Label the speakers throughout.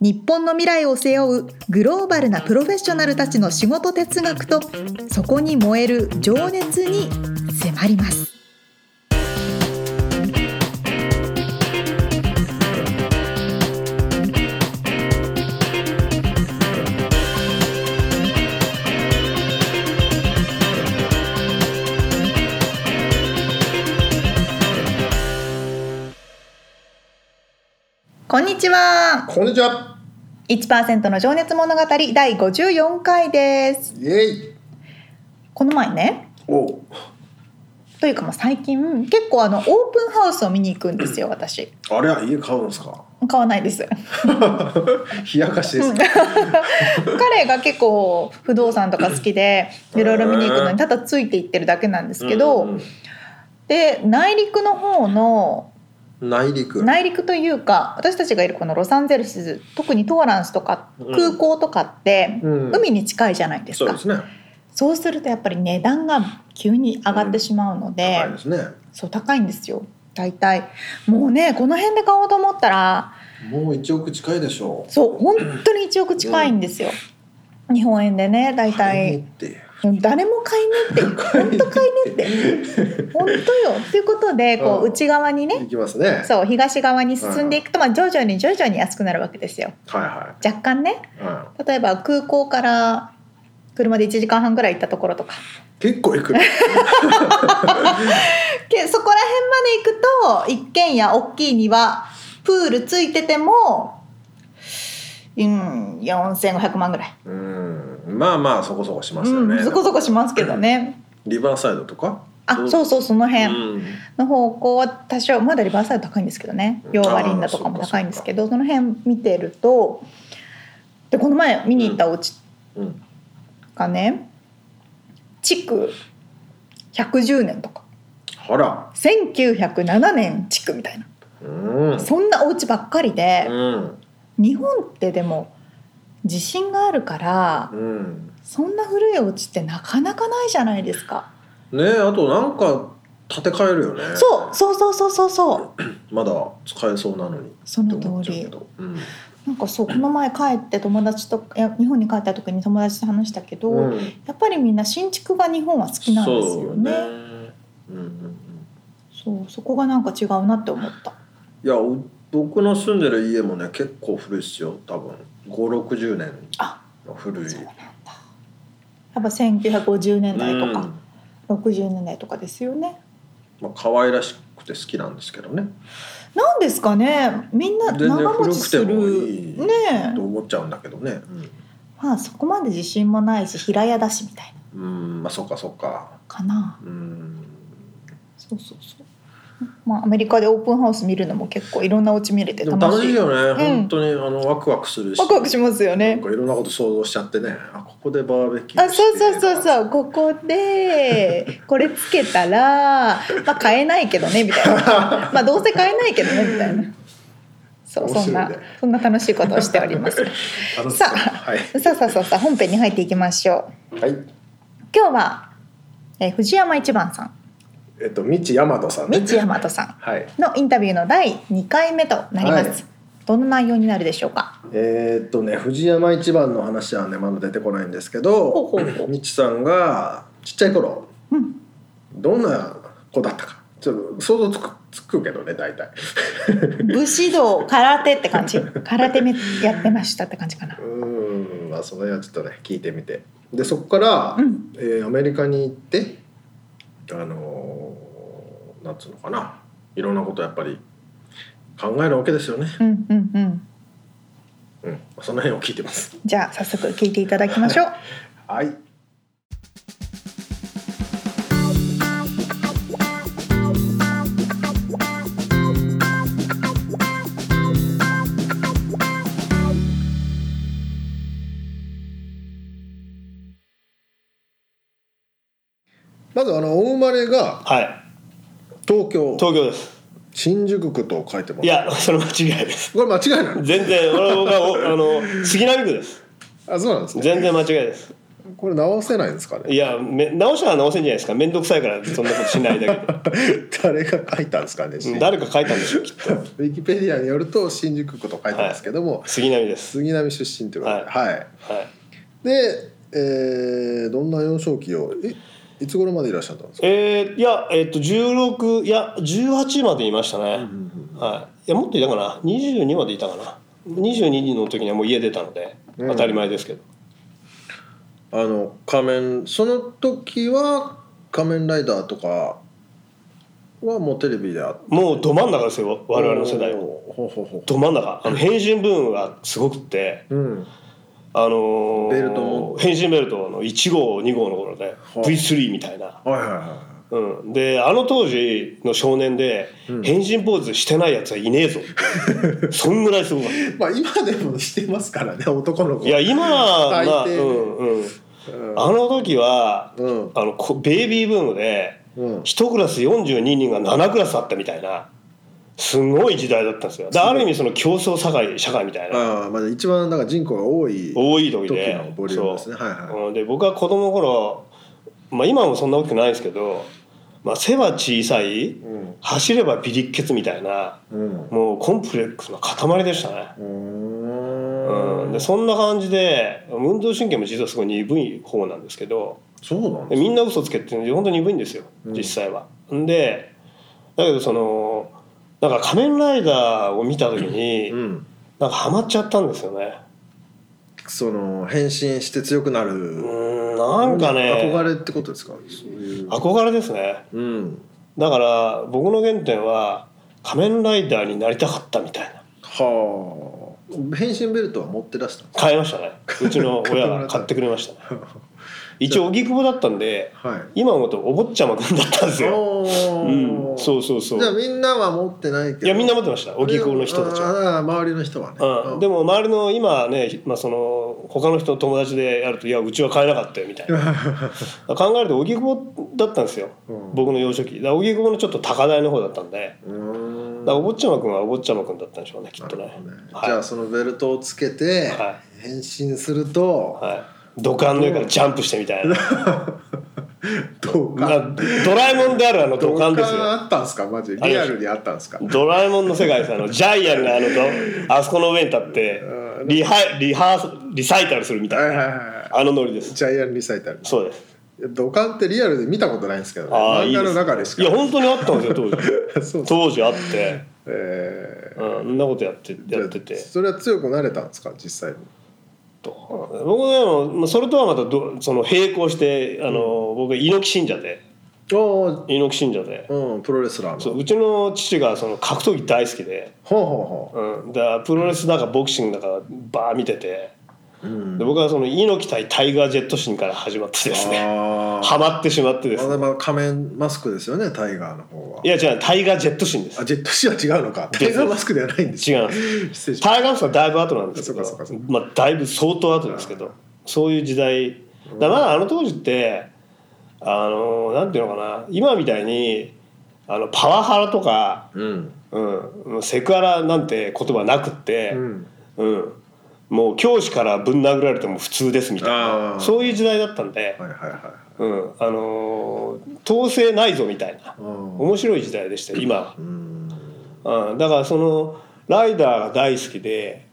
Speaker 1: 日本の未来を背負うグローバルなプロフェッショナルたちの仕事哲学とそこに燃える情熱に迫りますこんにちは
Speaker 2: こんにちは。
Speaker 1: 1%の情熱物語第54回です
Speaker 2: イエイ。
Speaker 1: この前ね
Speaker 2: お、
Speaker 1: というかもう最近結構あのオープンハウスを見に行くん ですよ私
Speaker 2: あれは家買うんですか。
Speaker 1: 買わないです
Speaker 2: 冷やかしですか。
Speaker 1: 彼が結構不動産とか好きでいろいろ見に行くのにただついていってるだけなんですけど、
Speaker 2: うんうん
Speaker 1: で内陸の方の
Speaker 2: 内陸。
Speaker 1: 内陸というか私たちがいるこのロサンゼルス特にトーランスとか
Speaker 2: うん
Speaker 1: 空港とかって
Speaker 2: うん
Speaker 1: 海に近いじゃないです
Speaker 2: そう
Speaker 1: か、
Speaker 2: ですね。
Speaker 1: そうするとやっぱり値段が急に上がってしまうので、
Speaker 2: 高いですね。
Speaker 1: そう高いんですよ大体もうねこの辺で買おうと思ったら
Speaker 2: もう一億近いでしょう。
Speaker 1: そう本当に1億近いんですよ、日本円でね大
Speaker 2: 買い
Speaker 1: 体
Speaker 2: に行って。
Speaker 1: 誰も買いに行って本当買いに行って本当よということでこう
Speaker 2: うん
Speaker 1: 内側にね
Speaker 2: 行きますね。
Speaker 1: そう東側に進んでいくと、まあ、徐々に徐々に安くなるわけですよ
Speaker 2: はいは
Speaker 1: 若干ね
Speaker 2: い。は
Speaker 1: 例えば空港から車で1時間半ぐらい行ったところとか
Speaker 2: い。結構行く。
Speaker 1: けそこら辺まで行くと一軒家大きい庭プールついててもうん4500万ぐらい、
Speaker 2: うん。まあまあそこそこしますよ
Speaker 1: う
Speaker 2: ね。
Speaker 1: ん、そこそこしますけどね、
Speaker 2: リバーサイドとか。
Speaker 1: あ
Speaker 2: ど
Speaker 1: そうそうその辺、
Speaker 2: うん。
Speaker 1: の方向は多少まだリバーサイド高いんですけどね
Speaker 2: うん
Speaker 1: 両割んだとかも
Speaker 2: あーそうか
Speaker 1: 高いんですけどその辺見てるとでこの前見に行ったお家
Speaker 2: うん。
Speaker 1: がね築110年とか
Speaker 2: ほら。
Speaker 1: 1907年築みたいな
Speaker 2: うん。う
Speaker 1: そんなお家ばっかりで
Speaker 2: ん。
Speaker 1: 日本ってでも地震があるから
Speaker 2: うん。
Speaker 1: そんな古いお家ってなかなかないじゃないですか。
Speaker 2: ねえあとなんか建て替えるよね。
Speaker 1: そうそうそうそうそうそう
Speaker 2: まだ使えそうなのに。
Speaker 1: その
Speaker 2: って思っ
Speaker 1: 通
Speaker 2: ちゃう
Speaker 1: り
Speaker 2: け。ど。うん。
Speaker 1: なんかそうこの前帰って友達といや日本に帰った時に友達と話したけど、
Speaker 2: うん。
Speaker 1: やっぱりみんな新築が日本は好きなんですよね
Speaker 2: そうねうんうんうん
Speaker 1: そうそこがなんか違うなって思った
Speaker 2: いやお僕の住んでる家もね結構古いっすよ多分560年
Speaker 1: あ
Speaker 2: の古い
Speaker 1: そうなんだやっぱ1950年代と
Speaker 2: うん
Speaker 1: か、60年代とかですよね
Speaker 2: まあ可愛らしくて好きなんですけどね
Speaker 1: なんですかねみんな
Speaker 2: 全然
Speaker 1: 長持
Speaker 2: 古
Speaker 1: ち
Speaker 2: く
Speaker 1: す
Speaker 2: て
Speaker 1: る
Speaker 2: もいい
Speaker 1: ねえ
Speaker 2: と思っちゃうんだけどね
Speaker 1: まあそこまで自信もないし平屋だしみたいな
Speaker 2: うん、うんまあそっかそっか
Speaker 1: かな
Speaker 2: うん
Speaker 1: そうそうそうまあアメリカでオープンハウス見るのも結構いろんなお家見れて
Speaker 2: でも
Speaker 1: 楽
Speaker 2: 楽
Speaker 1: し
Speaker 2: しい
Speaker 1: い
Speaker 2: よね、
Speaker 1: うん
Speaker 2: 本当にあのワクワクするし
Speaker 1: ワクワクしますよ
Speaker 2: な
Speaker 1: ね
Speaker 2: んかいろんなこと想像しちゃってねあここでバーベキュー
Speaker 1: あそうそうそう
Speaker 2: う
Speaker 1: そうここでこれつけた らまあ買えないけどねみたいなまあどうせ買えないけどねみたいなそう
Speaker 2: 面
Speaker 1: そん
Speaker 2: 白い
Speaker 1: な
Speaker 2: ね
Speaker 1: そんな楽しいことをしており ます
Speaker 2: さ
Speaker 1: さあ
Speaker 2: はい、
Speaker 1: さあさあさあさあ本編に入っていきましょ
Speaker 2: はい、
Speaker 1: う今日は、えー藤山一番さん
Speaker 2: えっと道大和さんね
Speaker 1: 道山とさん
Speaker 2: はい
Speaker 1: のインタビューの第2回目となります、
Speaker 2: はい
Speaker 1: どんな内容になるでしょうか
Speaker 2: えーっとね藤山一番の話はねまだ出てこないんですけ
Speaker 1: ほう
Speaker 2: ど
Speaker 1: ほうほう
Speaker 2: みちさんがちっちゃい頃
Speaker 1: うん
Speaker 2: どんな子だったかちょっと想像つくつくけどね大体
Speaker 1: 武士道空手って感じ空手めやってましたって感じかな
Speaker 2: うーんまあその辺はちょっとね聞いてみてでそこから、
Speaker 1: うん
Speaker 2: えーアメリカに行ってあのーなんつうのかないろんなことやっぱり考えるわけですよね、
Speaker 1: うんうんうん
Speaker 2: うん、その辺を聞いてます
Speaker 1: じゃあ早速聞いていただきましょう。
Speaker 2: はいまずあのお生まれが
Speaker 3: はい
Speaker 2: 東京
Speaker 3: 東京です
Speaker 2: 新宿区と書いてます
Speaker 3: いやそれ間違いです
Speaker 2: これ間違いなの
Speaker 3: 全然俺がおあの杉並区です
Speaker 2: あそうなんですね
Speaker 3: 全然間違いです
Speaker 2: これ直せないんですかね
Speaker 3: いやめ直したら直せんじゃないですか面倒くさいからそんなことしないだけ
Speaker 2: 誰が書いたんですかね、
Speaker 3: でう
Speaker 2: ウ
Speaker 3: ん誰か書いたんでしょうきっと
Speaker 2: ィキペディアによると新宿区と書いてますけども、
Speaker 3: 杉並です
Speaker 2: 杉並出身ということではい、
Speaker 3: はい
Speaker 2: で、えーどんな幼少期をいいつ頃までいらっしゃったんですか
Speaker 3: えーいやえっと16いや18までいましたね、はい、いやもっといたかな22までいたかな22の時にはもう家出たので
Speaker 2: うん
Speaker 3: 当たり前ですけど、
Speaker 2: あの仮面その時は「仮面ライダー」とかはもうテレビであっ
Speaker 3: もうど真ん中ですよ我々の世代は
Speaker 2: ほうほうほ
Speaker 3: ど真ん中あの変身ブームがすごくって
Speaker 2: ううん
Speaker 3: あのー
Speaker 2: ベルトも
Speaker 3: 変身ベルトの1号2号の頃で
Speaker 2: い
Speaker 3: V3 みたいな、
Speaker 2: はいはいは
Speaker 3: うん、であの当時の少年で
Speaker 2: うん
Speaker 3: 変身ポーズしてないやつはいねえぞ、そんぐらいすごかった
Speaker 2: いまあ今でもしてますからね男の子
Speaker 3: いや今
Speaker 2: 大
Speaker 3: は、う
Speaker 2: 抵
Speaker 3: んうん、
Speaker 2: うん
Speaker 3: あの時は
Speaker 2: うん
Speaker 3: あのこベイビーブームで
Speaker 2: うん
Speaker 3: 1クラス42人が7クラスあったみたいなすごい時代だったんですよだからある意味その競争社会社会みたいな
Speaker 2: ああまだ一番だから人口が多い
Speaker 3: 多い時
Speaker 2: 時
Speaker 3: で
Speaker 2: のボリュームですねはい
Speaker 3: そう
Speaker 2: は
Speaker 3: うんで僕は子供の頃、まあ、今もそんな大きくないですけど、まあ、背は小さい
Speaker 2: いうん
Speaker 3: 走ればビリッケツみたいな
Speaker 2: うん
Speaker 3: もうコンプレックスの塊でしたね、
Speaker 2: う
Speaker 3: う
Speaker 2: ー
Speaker 3: ん、
Speaker 2: ん
Speaker 3: でそんな感じで運動神経も実はすごい鈍い方なんですけど
Speaker 2: そうなんで
Speaker 3: で
Speaker 2: す
Speaker 3: みんな嘘つけっていうのは本当に鈍いんですよ
Speaker 2: うん
Speaker 3: 実際は。ん、でだけどそのなんか「仮面ライダー」を見た時に、
Speaker 2: うん
Speaker 3: なんかハマっちゃったんですよね。
Speaker 2: その変身して強くな
Speaker 3: う
Speaker 2: る
Speaker 3: ーんなんかね
Speaker 2: 憧れってことですかそういう
Speaker 3: 憧れですね
Speaker 2: うん
Speaker 3: だから僕の原点は「仮面ライダー」になりたかったみたいな
Speaker 2: はあ変身ベルトは持ってらしたんです
Speaker 3: 買いましたねう ちの親が買ってくれましたね一応荻窪だったんで
Speaker 2: かはい
Speaker 3: 今思うとお坊ちゃまくんだったんですよ、
Speaker 2: お
Speaker 3: うん、
Speaker 2: ー
Speaker 3: そうそうそう
Speaker 2: じゃあみんなは持ってないけど
Speaker 3: いやみんな持ってました荻窪の人たちは。
Speaker 2: は周りの人はね
Speaker 3: うん、で
Speaker 2: も
Speaker 3: も周りの今ね、まあ、その他の人友達でやると「いやうちは買えなかったよ」みたい な考えると荻窪だったんですよ、
Speaker 2: うん
Speaker 3: 僕の幼少期だから荻窪のちょっと高台の方だったんで
Speaker 2: うーん
Speaker 3: だからお坊ちゃま君はお坊ちゃま君だったんでしょうねきっ
Speaker 2: な
Speaker 3: と
Speaker 2: るほど
Speaker 3: ね
Speaker 2: ね
Speaker 3: はい
Speaker 2: じゃあそのベルトをつけて
Speaker 3: は
Speaker 2: 変身すると、
Speaker 3: はい、土管の上からジャンプしてみたいな
Speaker 2: どう
Speaker 3: ま
Speaker 2: か
Speaker 3: あドラえもんであるあの土管ですよ
Speaker 2: あったんですかマジ
Speaker 3: あり
Speaker 2: リ
Speaker 3: ま
Speaker 2: ア
Speaker 3: した
Speaker 2: ルにあったんですか
Speaker 3: ドラえもんの世界ですあのジャイアンがあのどあそこの上に立ってリハリハースリサイタルするみ
Speaker 2: は
Speaker 3: た
Speaker 2: い
Speaker 3: い
Speaker 2: はい
Speaker 3: な
Speaker 2: は
Speaker 3: あのノリで
Speaker 2: い
Speaker 3: す
Speaker 2: ジャイアンリサイタル
Speaker 3: そうです
Speaker 2: 土管ってリアルで見たことないんですけどね
Speaker 3: ああ
Speaker 2: 漫
Speaker 3: いい
Speaker 2: 画
Speaker 3: で
Speaker 2: の
Speaker 3: す
Speaker 2: 中でしか
Speaker 3: いや本当にあったんですよ当時
Speaker 2: そうです
Speaker 3: 当時あって
Speaker 2: え
Speaker 3: うんそんなことやって
Speaker 2: ー
Speaker 3: やってて
Speaker 2: じゃあそれは強くなれたんですか実際に
Speaker 3: と僕でもまあそれとはまたどその並行してあの、僕猪木信者で
Speaker 2: お
Speaker 3: 猪木信者で、
Speaker 2: うんプロレスラーの
Speaker 3: そ
Speaker 2: ほう
Speaker 3: ううちの父がその格闘技大好きで、
Speaker 2: ほう
Speaker 3: うん、だからプロレスだかボクシングだかバー見てて
Speaker 2: ほううん
Speaker 3: で僕はその猪木対タイガー・ジェットシンから始まってですね
Speaker 2: あ
Speaker 3: ハマってしまってです
Speaker 2: あ
Speaker 3: ね
Speaker 2: でも仮面マスクですよねタイガーの方はい
Speaker 3: や違うタイガー・ジェットシンです
Speaker 2: あジェットシーは違うのかタイガーマスクではないんです
Speaker 3: 違うんです
Speaker 2: う失礼しまし
Speaker 3: タイガースはだいぶ後なんですけど
Speaker 2: そうかそうか
Speaker 3: まあ、だいぶ相当後ですけどそういう時代だからまああの当時ってあのなんていうのかな今みたいにあのパワハラとか、
Speaker 2: たうん
Speaker 3: うん、セクハラなんて言葉なくって、
Speaker 2: うん
Speaker 3: うんもう教師からぶん殴られても普通ですみたい
Speaker 2: あ
Speaker 3: な
Speaker 2: ー
Speaker 3: そういう時代だったんで、
Speaker 2: はいはいは
Speaker 3: うん、あの統制ないぞみたいない
Speaker 2: うん
Speaker 3: 面白い時代でしたよ今は。
Speaker 2: うん
Speaker 3: うん、だからそのライダーが大好きで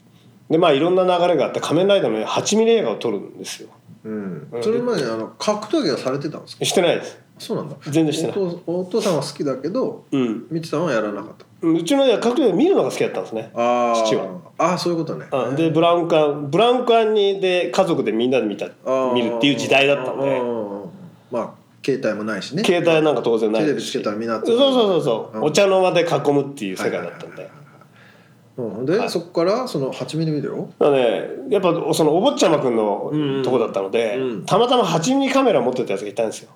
Speaker 3: でまあいろんな流れがあって仮面ライダーの8ミリ映画を撮るんですよ
Speaker 2: うん
Speaker 3: うん
Speaker 2: それまであの格闘技はされてたんですか
Speaker 3: してないです
Speaker 2: そうなんだ
Speaker 3: 全然してない
Speaker 2: お父お父さんは好きだけど
Speaker 3: うん
Speaker 2: みちさんはやらなかった
Speaker 3: うちの親は格闘技を見るのが好きだったんですね
Speaker 2: ああ
Speaker 3: 父は
Speaker 2: ああそういうことね
Speaker 3: うんでブラウン管ブラウン管にで家族でみんなで見た
Speaker 2: ああ
Speaker 3: 見るっていう時代だったん
Speaker 2: ああ
Speaker 3: で
Speaker 2: ああまあ携帯もないしね
Speaker 3: 携帯なんか当然ない
Speaker 2: テレ
Speaker 3: で
Speaker 2: ビ
Speaker 3: す
Speaker 2: つ
Speaker 3: し
Speaker 2: けたらみんな
Speaker 3: そうそうそうそう、
Speaker 2: うん
Speaker 3: お茶の間で囲むっていう世界だったん
Speaker 2: はいはいはい
Speaker 3: で
Speaker 2: うん、で、
Speaker 3: はい
Speaker 2: そこからその8ミリビデオ
Speaker 3: だね、やっぱそのお坊ちゃまくんのとこだったので、
Speaker 2: うん
Speaker 3: たまたま8ミリカメラ持ってたやつがいたんですよ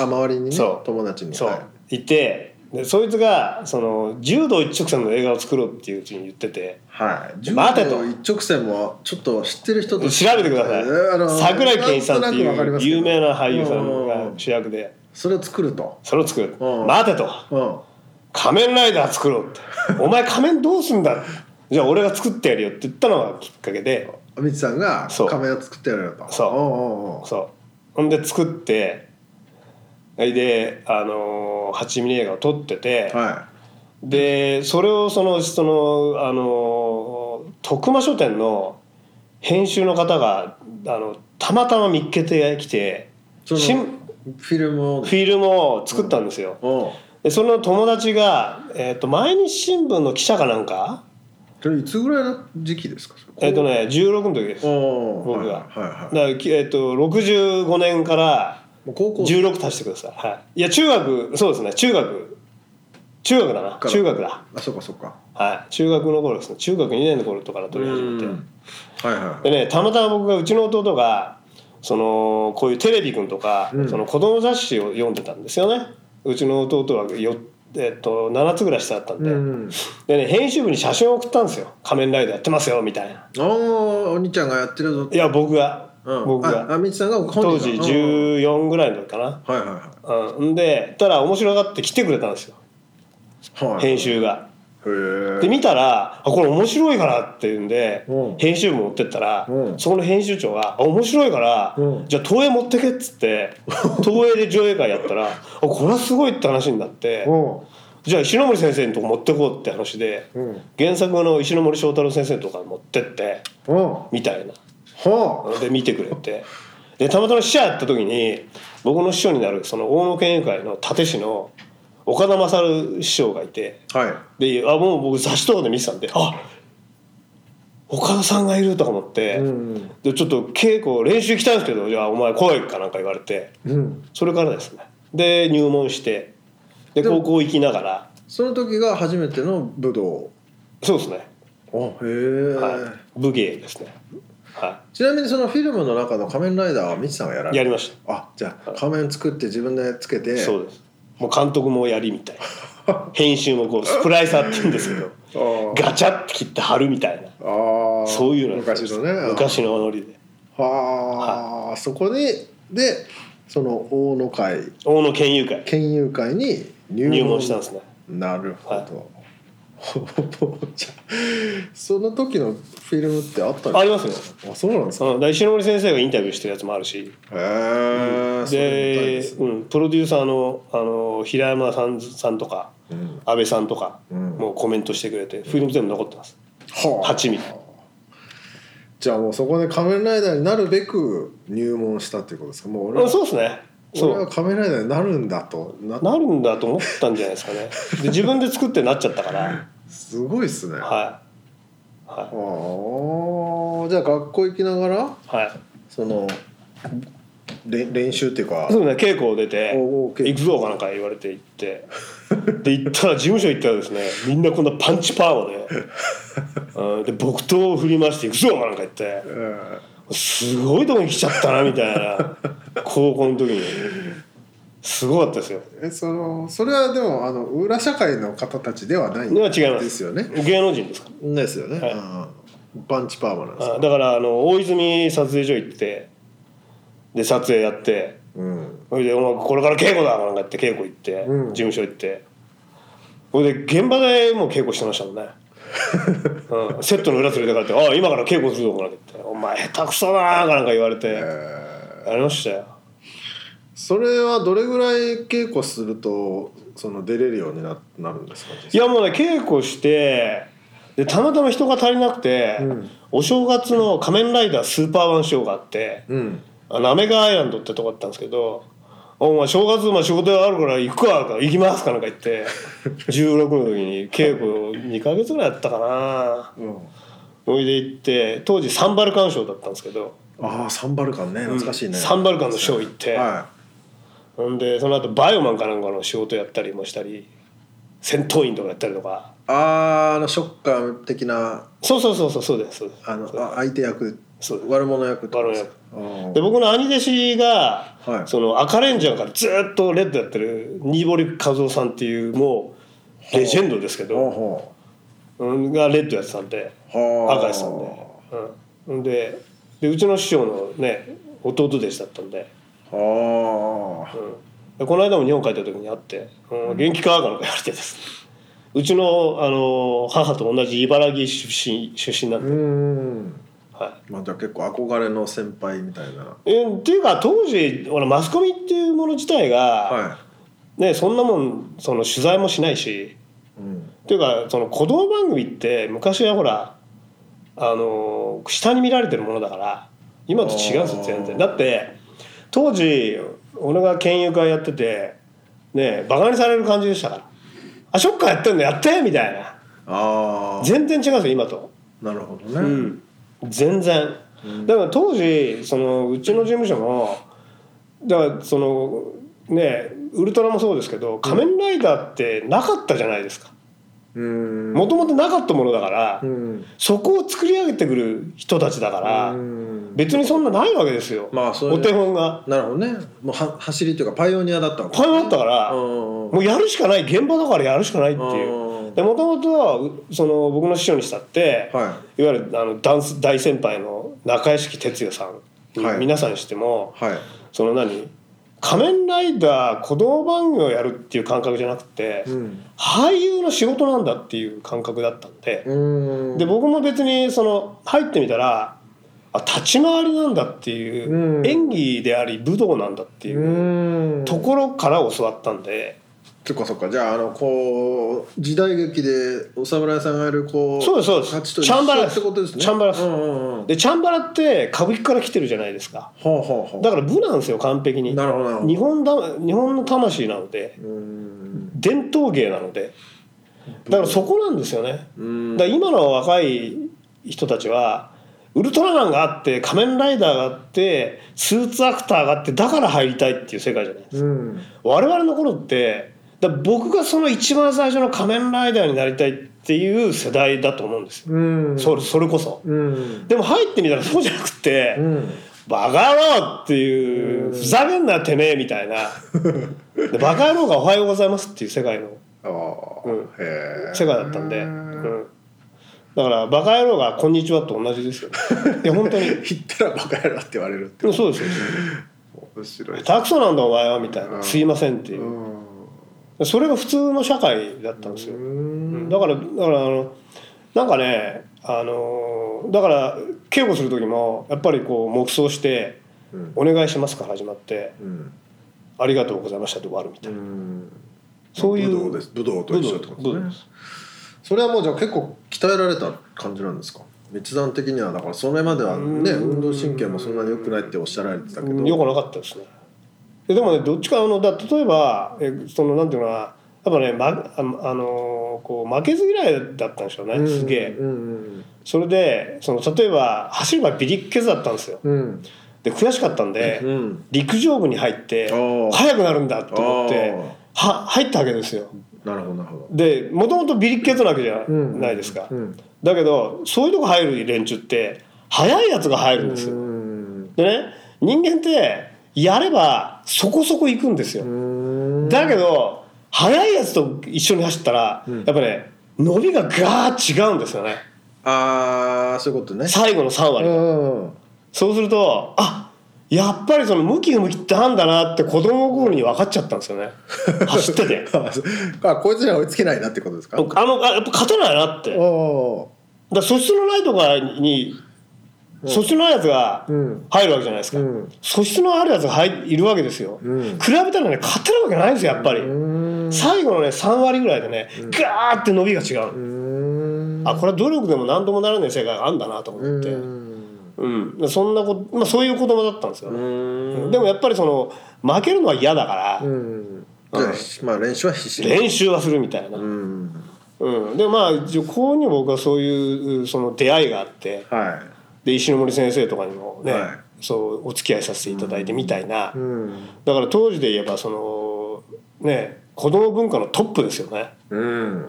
Speaker 2: あ周りにね
Speaker 3: そう
Speaker 2: 友達に
Speaker 3: そう、、
Speaker 2: はい
Speaker 3: てでそいつがその柔道一直線の映画を作ろうっていううちに言ってて
Speaker 2: はい、柔
Speaker 3: 待てと
Speaker 2: 道一直線もちょっと知ってる人
Speaker 3: 調
Speaker 2: と
Speaker 3: べてください、
Speaker 2: えーあの
Speaker 3: 桜井健一さんって
Speaker 2: なんとなくわかり
Speaker 3: い
Speaker 2: ま
Speaker 3: う
Speaker 2: すけど
Speaker 3: 有名な俳優さん
Speaker 2: うんうんう
Speaker 3: が
Speaker 2: ん
Speaker 3: 主役で
Speaker 2: それを作ると、
Speaker 3: それを作る、
Speaker 2: うん
Speaker 3: 待てと
Speaker 2: うん、
Speaker 3: 仮面ライダー作ろうってお前仮面どうすんだじゃあ俺が作ってやるよって言ったのがきっかけで
Speaker 2: みちさんが
Speaker 3: そう
Speaker 2: 仮面を作ってやるよと
Speaker 3: そう
Speaker 2: おうおうおう
Speaker 3: そうほんで作ってであの8ミリ映画を撮ってて、
Speaker 2: は
Speaker 3: でそれをそのそのあの徳間書店の編集の方があのたまたま見っけてきて
Speaker 2: いそ
Speaker 3: 新
Speaker 2: のフィルムを
Speaker 3: フィルムを作ったんですよ、
Speaker 2: おう
Speaker 3: でその友達が、えー、と毎日新聞の記者かなんか
Speaker 2: それいつぐらいの時期ですかそれ
Speaker 3: えっ、とね16の時ですだか
Speaker 2: おう
Speaker 3: 僕が
Speaker 2: はいはいはい
Speaker 3: ら、きえー、と65年から
Speaker 2: もう高校生
Speaker 3: 16足してください、はい、いや中学そうですね中学中学だな
Speaker 2: から
Speaker 3: 中学だ
Speaker 2: あそうかそうか
Speaker 3: はい中学の頃ですね中学2年の頃とかから撮り始めて
Speaker 2: うんはいは
Speaker 3: でねたまたま僕がうちの弟がそのこういうテレビくんとか、
Speaker 2: うん
Speaker 3: その子供雑誌を読んでたんですよねうちの弟はよ、えっと、7つぐらい下だった
Speaker 2: い
Speaker 3: んで、
Speaker 2: うん
Speaker 3: でね編集部に写真を送ったんですよ「仮面ライダーやってますよ」みたいな
Speaker 2: おおお兄ちゃんがやってるぞ
Speaker 3: いや僕が、
Speaker 2: うん
Speaker 3: 僕
Speaker 2: あ
Speaker 3: が
Speaker 2: あみちさんが
Speaker 3: 当時
Speaker 2: 十
Speaker 3: 14ぐらいの時かな、
Speaker 2: はいはいは
Speaker 3: うん、んでたら面白がって来てくれたんですよ
Speaker 2: いはい
Speaker 3: 編集が。
Speaker 2: へえ
Speaker 3: で見たらあこれ面白いからって言うんで、
Speaker 2: うん
Speaker 3: 編集部持ってったら、
Speaker 2: うん
Speaker 3: そこの編集長があ「面白いから、
Speaker 2: うん
Speaker 3: じゃあ東映持ってけ」っつって 東映で上映会やったらあこれはすごいって話になって、
Speaker 2: うん
Speaker 3: じゃあ石ノ森先生のとこ持ってこうって話で、
Speaker 2: うん
Speaker 3: 原作の石ノ森章太郎先生のとか持ってって
Speaker 2: うん
Speaker 3: みたいな
Speaker 2: は
Speaker 3: で見てくれてでたまたま師匠やった時に僕の師匠になるその大野県議会の立石の岡田勝師匠がいて。
Speaker 2: あはい
Speaker 3: であもう僕雑誌とかで見てたんであ岡田さんがいるとか思って、
Speaker 2: うん
Speaker 3: でちょっと稽古練習来たんですけどじゃあお前来いかなんか言われて
Speaker 2: うん
Speaker 3: それからですねで入門してで
Speaker 2: でも
Speaker 3: 高校行きながら
Speaker 2: その時が初めての武道
Speaker 3: そうですね、
Speaker 2: あへ
Speaker 3: は
Speaker 2: え
Speaker 3: い、武芸ですね、は
Speaker 2: ちなみにそのフィルムの中の仮面ライダーはみちさんがやら
Speaker 3: い、や
Speaker 2: れる
Speaker 3: りまし
Speaker 2: あじゃあ仮面作って自分でつけて
Speaker 3: たそうですもう監督もやりみたいな編集もこうスプライサーって言うんです けど
Speaker 2: あー
Speaker 3: ガチャって切って貼るみたいな
Speaker 2: あー
Speaker 3: そういうのやってま
Speaker 2: 昔
Speaker 3: した
Speaker 2: のね
Speaker 3: 昔のノリで
Speaker 2: はあそこででその大野会
Speaker 3: 大野研究会
Speaker 2: 県友会に入門
Speaker 3: 入門したんですね
Speaker 2: なるほど、 じゃあその時のフィルムってあったんですか
Speaker 3: ありますよ
Speaker 2: あそうなんですか
Speaker 3: うん、だから石ノ森先生がインタビューしてるやつもあるし、
Speaker 2: へえ、そういうの見たい
Speaker 3: で
Speaker 2: です
Speaker 3: うん、プロデューサーのあの平山さんさんとか
Speaker 2: うん
Speaker 3: 安倍さんとか
Speaker 2: うん
Speaker 3: もうコメントしてくれて、フィルム全部残ってます
Speaker 2: はあ
Speaker 3: 8ミリ
Speaker 2: じゃあもうそこで仮面ライダーになるべく入門したっていうことですかもう俺
Speaker 3: あ
Speaker 2: は
Speaker 3: そうですねそ
Speaker 2: 俺は
Speaker 3: う
Speaker 2: 仮面ライダーになるんだとな
Speaker 3: なるんだと思ったんじゃないですか ねで自分で作ってなっちゃったからはい
Speaker 2: すごいっすね、あ
Speaker 3: はいは
Speaker 2: あじゃあ学校行きながら
Speaker 3: い、はい、
Speaker 2: そのれ練習っていうか
Speaker 3: そうね稽古を出て
Speaker 2: おうおう稽古
Speaker 3: 行くぞ」かなんか言われて行ってで行ったら事務所行ったらですねみんなこんなパンチパワ ーでうんで木刀を振り回して「行くぞ」かなんか言って。
Speaker 2: うん
Speaker 3: すごいとこに来ちゃったなみたい な高校の時にすごかったですよ
Speaker 2: えそのそれはでもあの裏社会の方たちではないん
Speaker 3: では違います
Speaker 2: ですよね
Speaker 3: 芸能人ですか
Speaker 2: ですよね、
Speaker 3: はい
Speaker 2: うんパンチパーマなんです
Speaker 3: ら
Speaker 2: よ
Speaker 3: あだからあの大泉撮影所行ってで撮影やって
Speaker 2: うん
Speaker 3: それで「お前これから稽古だ」なんかやって稽古行って、
Speaker 2: うん
Speaker 3: 事務所行ってそれで現場でもう稽古してましたもん ね、うん、セットの裏連れてかれて「あ今から稽古するぞ」なんか言って「お前下手くそだな」かなんか言われて、
Speaker 2: えー
Speaker 3: ありましたよ
Speaker 2: それはどれぐらい稽古するとその出れるようにななるんですか
Speaker 3: いやもうね稽古してでたまたま人が足りなくて、
Speaker 2: うん
Speaker 3: お正月の「仮面ライダースーパーワン」ショーがあって
Speaker 2: うん
Speaker 3: あのアメガアイランドってとこだったんですけど「お前正月まあ仕事あるから行くわ」行きます」かなんか言って 16の時に稽古2ヶ月ぐらいやったかな
Speaker 2: うん
Speaker 3: おいで行って当時サンバルカンショーだったんですけど
Speaker 2: ああサンバルカンね懐かしいね、
Speaker 3: サンバルカンのショー行って、
Speaker 2: は
Speaker 3: ほんでその後バイオマンかなんかの仕事やったりもしたり戦闘員とかやったりとか
Speaker 2: い、あーあのショッカー的な
Speaker 3: そうそうそうそうそうですそうです
Speaker 2: あの
Speaker 3: そうです
Speaker 2: あ相手役
Speaker 3: そうです
Speaker 2: 悪者役ってことですかあー
Speaker 3: で僕の兄弟子が、
Speaker 2: はい
Speaker 3: その赤レンジャーからずっとレッドやってる新堀和夫さんっていうもうレジェンドですけ
Speaker 2: ほう
Speaker 3: ど、
Speaker 2: ほ
Speaker 3: うん、がレッドやってたんで
Speaker 2: うはあ
Speaker 3: 赤やってたんで,、うん、ででうちの師匠のね弟弟子だったんで、
Speaker 2: はあ
Speaker 3: うん、でこの間も日本帰った時に会って「うん、元気か?」なんか言われてですねうちのあの母と同じ茨城出身出身なん
Speaker 2: う
Speaker 3: で、
Speaker 2: ん
Speaker 3: は
Speaker 2: まあじゃあ結構憧れの先輩みたいな。
Speaker 3: い、えっていうか当時俺マスコミっていうもの自体が、
Speaker 2: は
Speaker 3: ね、そんなもんその取材もしないし
Speaker 2: い。うん。
Speaker 3: っていうかその子供番組って昔はほらあの下に見られてるものだから今と違うんですよ
Speaker 2: あー
Speaker 3: 全然だって当時俺が研究会やっててねバカにされる感じでしたから「あショッカーやってんのやって」みたいな
Speaker 2: ああ。
Speaker 3: 全然違うんですよ今と、
Speaker 2: なるほどね。
Speaker 3: うん、全然
Speaker 2: うん
Speaker 3: だから当時そのうちの事務所もだからそのねウルトラもそうですけど「仮面ライダー」ってなかったじゃないですか
Speaker 2: うん。
Speaker 3: もともとなかったものだから、
Speaker 2: うん。
Speaker 3: そこを作り上げてくる人たちだから、
Speaker 2: うん
Speaker 3: 別にそんなないわけですよ、
Speaker 2: まあそうい
Speaker 3: お
Speaker 2: う
Speaker 3: 手本が
Speaker 2: なるほどね。もうは走りというかパイオニアだったわけ。
Speaker 3: これだったから、
Speaker 2: うん。
Speaker 3: もうやるしかない現場だからやるしかないっていう
Speaker 2: うん
Speaker 3: でもともとはうその僕の師匠にしたって、、
Speaker 2: はい
Speaker 3: わゆるあのダンス大先輩の中屋敷哲也さん、
Speaker 2: はい
Speaker 3: 皆さんにしても
Speaker 2: いはい。
Speaker 3: その何仮面ライダー子供番組をやるっていう感覚じゃなくて、
Speaker 2: うん。
Speaker 3: 俳優の仕事なんだっていう感覚だったんで、
Speaker 2: うん
Speaker 3: で僕も別にその入ってみたらあ立ち回りなんだっていう、
Speaker 2: うん
Speaker 3: 演技であり武道なんだっていう
Speaker 2: うん
Speaker 3: ところから教わったんで、
Speaker 2: そっかそっかじゃああのこう時代劇でお侍さんがやるこう
Speaker 3: そうですそうです
Speaker 2: たちと一
Speaker 3: チ
Speaker 2: 緒
Speaker 3: ャンバラです
Speaker 2: ってことですね
Speaker 3: チャンバラです
Speaker 2: うんうんうん
Speaker 3: でチャンバラって歌舞伎から来てるじゃないですか
Speaker 2: ほうほうほう
Speaker 3: だから武なんですよ完璧に
Speaker 2: なるほどなるほど
Speaker 3: 日本だ日本の魂なので
Speaker 2: うん
Speaker 3: 伝統芸なのでだからそこなんですよね
Speaker 2: うん
Speaker 3: だから今の若い人たちはウルトラマンがあって仮面ライダーがあってスーツアクターがあってだから入りたいっていう世界じゃないですか
Speaker 2: うん
Speaker 3: 我々の頃ってだから僕がその一番最初の仮面ライダーになりたいっていう世代だと思うんですよ、
Speaker 2: うん
Speaker 3: それそれこそ
Speaker 2: うん
Speaker 3: でも入ってみたらそうじゃなくて「
Speaker 2: うん
Speaker 3: バカ野郎!」っていう、ふざけんなてめえみたいなでバカ野郎が「おはようございます」っていう世界の
Speaker 2: ああ、
Speaker 3: うん
Speaker 2: へえ
Speaker 3: 世界だったんで、うん、だからバカ野郎が「こんにちは」と同じですよ、ね、 いや本当に
Speaker 2: 言ったらバカ野郎って言われるって
Speaker 3: うんそうですよ
Speaker 2: 面白い
Speaker 3: 「たくそなんだお前は」みたいうな「
Speaker 2: ん
Speaker 3: すいません」っていううんそれが普通の社会だったんですよ
Speaker 2: うん
Speaker 3: だからだからあのなんかねあのーだから稽古する時もやっぱりこう黙想して
Speaker 2: うん
Speaker 3: 「お願いします」から始まって
Speaker 2: うん
Speaker 3: 「ありがとうございました」と終わるみたいなそうい
Speaker 2: 武
Speaker 3: う
Speaker 2: 道です武道と一緒ってこ
Speaker 3: 武
Speaker 2: と
Speaker 3: 道
Speaker 2: で
Speaker 3: です
Speaker 2: ねそれはもうじゃあ結構鍛えられた感じなんですか密談的にはだからそれまではね
Speaker 3: うん
Speaker 2: 運動神経もそんなに良くないっておっしゃられてたけど
Speaker 3: よくなかったですねででもねどっちかあのだ例えばえそのなんていうのかなやっぱね、ま、ああのーこう負けず嫌いだったんでしょうね
Speaker 2: うん
Speaker 3: すげえ
Speaker 2: うんうん
Speaker 3: それでその例えば走る前ビリッケツだったんですよ
Speaker 2: うん
Speaker 3: で悔しかったんで
Speaker 2: うん
Speaker 3: 陸上部に入って
Speaker 2: おー
Speaker 3: 速くなるんだと思って
Speaker 2: おー
Speaker 3: は入ったわけですよ
Speaker 2: なるほどなるほ
Speaker 3: でもともとビリッケートなわけじゃ
Speaker 2: どうん
Speaker 3: ないですか、
Speaker 2: うん
Speaker 3: だけどそういうとこ入る連中って速いやつが入るんですよ、
Speaker 2: うん
Speaker 3: でね人間ってやればそこそこ行くんですよ、
Speaker 2: うん
Speaker 3: だけど速いやつと一緒に走ったら、
Speaker 2: うん
Speaker 3: やっぱね伸びがガーッ違うんですよね
Speaker 2: ああそういうことね
Speaker 3: 最後の3割、
Speaker 2: うん
Speaker 3: そうするとあやっぱりその向き不向きってあんだなって子供心に分かっちゃったんです よね走ってて
Speaker 2: あそうあこいつには追いつけないなってことですか
Speaker 3: あのあやっぱ勝てないなって
Speaker 2: お
Speaker 3: だから素質のないとこに素質のないやつが
Speaker 2: ーうん
Speaker 3: 入るわけじゃないですか、
Speaker 2: うん
Speaker 3: 素質のあるやつが入いるわけですよ、
Speaker 2: うん
Speaker 3: 比べたらね勝てるわけないんですよやっぱり、
Speaker 2: うん
Speaker 3: 最後のね3割ぐらいでねガーって伸びが違う、
Speaker 2: うん
Speaker 3: あこれは努力でも何ともならない世界があんだなと思って、うんそんなこ、まあ、そういう子供だったんですよね、
Speaker 2: うん
Speaker 3: でもやっぱりその負けるのは嫌だから、
Speaker 2: うんじゃあひまあ練習は必死に
Speaker 3: 練習はするみたいな、
Speaker 2: うん
Speaker 3: うん、でまあ一応こうに僕はそういうその出会いがあって
Speaker 2: は
Speaker 3: で石ノ森先生とかにもね、
Speaker 2: はい
Speaker 3: そうお付き合いさせていただいてみたいな、
Speaker 2: いうん
Speaker 3: だから当時で言えばそのね子供文化のトップですよね、
Speaker 2: うん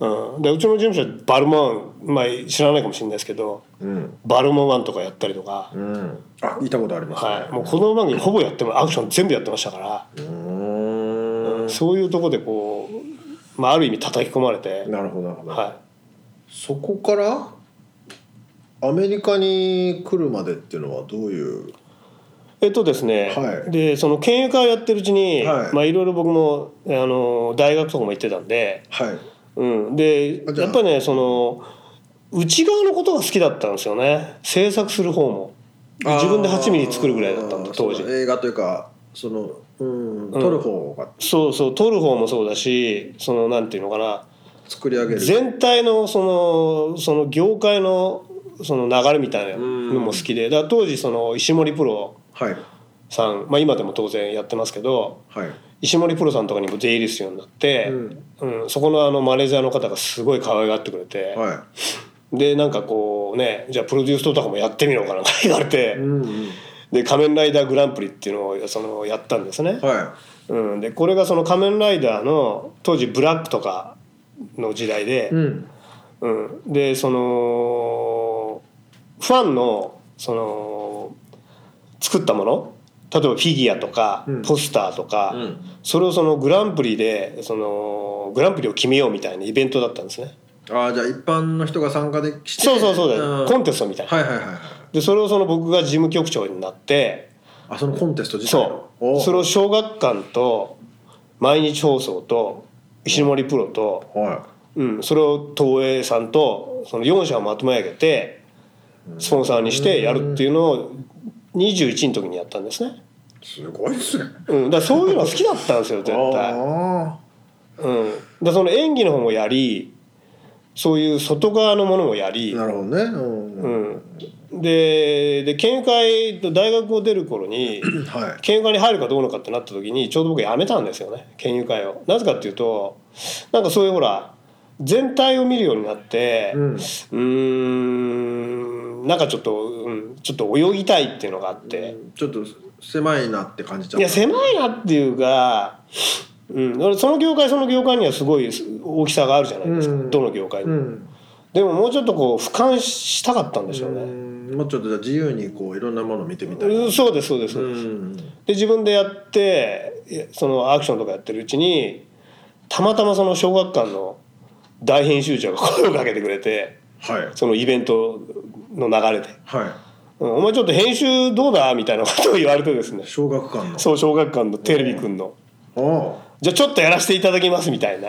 Speaker 3: うん、でうちの事務所はバルモン、まあ、知らないかもしれないですけど
Speaker 2: うん
Speaker 3: バルモンワンとかやったりとか、
Speaker 2: うんあ聞いたことありますね
Speaker 3: はい、もう子供番組ほぼやってもアクション全部やってましたから、
Speaker 2: うーん
Speaker 3: そういうとこでこう、まあ、ある意味叩き込まれて、
Speaker 2: なるほどなるほど
Speaker 3: は
Speaker 2: そこからアメリカに来るまでっていうのはどういう
Speaker 3: えっとですね、
Speaker 2: はい
Speaker 3: でその研究会をやってるうちに、
Speaker 2: はい
Speaker 3: まあいろいろ僕もあの大学とかも行ってたんで、
Speaker 2: はい
Speaker 3: うん、で
Speaker 2: あじゃあ
Speaker 3: やっぱりねその内側のことが好きだったんですよね制作する方も自分で8ミリ作るぐらいだったんだ
Speaker 2: あー
Speaker 3: 当時
Speaker 2: そうだ映画というかそのうん撮る方が
Speaker 3: そうそう撮る方もそうだしそのなんていうのかな
Speaker 2: 作り上げる
Speaker 3: 全体のそのその業界のその流れみたいなのも好きでだから当時その石森プロ
Speaker 2: はい
Speaker 3: さん、まあ、今でも当然やってますけど
Speaker 2: はい
Speaker 3: 石森プロさんとかにも出入りするようになって、うんそこのあのマネージャーの方がすごい可愛がってくれて、
Speaker 2: は
Speaker 3: でなんかこうねじゃあプロデュースとかもやってみろうかなんか言われて、
Speaker 2: いうんうん
Speaker 3: で「仮面ライダーグランプリ」っていうのをそのやったんですね。
Speaker 2: は
Speaker 3: うん、でこれがその仮面ライダーの当時ブラックとかの時代で
Speaker 2: い、ん
Speaker 3: うん、でそのファンのその作ったもの例えばフィギュアとか
Speaker 2: うん
Speaker 3: ポスターとか、
Speaker 2: うん
Speaker 3: それをそのグランプリでそのグランプリを決めようみたいなイベントだったんですね
Speaker 2: ああじゃあ一般の人が参加できて
Speaker 3: そうそうそうだよ、
Speaker 2: ん
Speaker 3: コンテストみたいな、
Speaker 2: はいはいはいはい
Speaker 3: でそれをその僕が事務局長になって
Speaker 2: あそのコンテスト自体
Speaker 3: そ
Speaker 2: の
Speaker 3: うそれ
Speaker 2: を
Speaker 3: を小学館と毎日放送と石森プロと
Speaker 2: は
Speaker 3: うん、それを東映さんとその4社をまとめ上げてスポンサーにしてやるっていうのを21の時にやったんですね、
Speaker 2: いすごいですね
Speaker 3: うん、だからそういうのは好きだった んですよ絶対、うん、だか
Speaker 2: あ
Speaker 3: らその演技の方もやりそういう外側のものもやり
Speaker 2: あ、なるほどねうん、
Speaker 3: うん、でで県会と大学を出る頃に
Speaker 2: はい
Speaker 3: 県友会に入るかどうのかってなった時にちょうど僕辞めたんですよね県友会をなぜかっていうとなんかそういうほら全体を見るようになって、
Speaker 2: うん
Speaker 3: うーんなんかちょっと、うん、ちょっと泳ぎたいっていうのがあって、
Speaker 2: ちょっと狭いなって感じちゃう
Speaker 3: いや狭いなっていうか、うん、俺その業界その業界にはすごい大きさがあるじゃないですか、
Speaker 2: うん
Speaker 3: どの業界に、
Speaker 2: うん
Speaker 3: でももうちょっとこう俯瞰したかったんでしょう
Speaker 2: う
Speaker 3: ね、
Speaker 2: んもうちょっとじゃあ自由にこういろんなものを見てみたい
Speaker 3: うん、そうですそうです、
Speaker 2: う
Speaker 3: そうです
Speaker 2: ん
Speaker 3: で自分でやっていやそのアクションとかやってるうちにたまたまその小学館の大編集長が声をかけてくれて
Speaker 2: はい
Speaker 3: そのイベントの流れで
Speaker 2: は
Speaker 3: うんお前ちょっと編集どうだみたいなことを言われてですね
Speaker 2: い小学館の
Speaker 3: そう小学館のテレビくんの
Speaker 2: あ
Speaker 3: じゃあちょっとやらせていただきますみたい
Speaker 2: あ
Speaker 3: な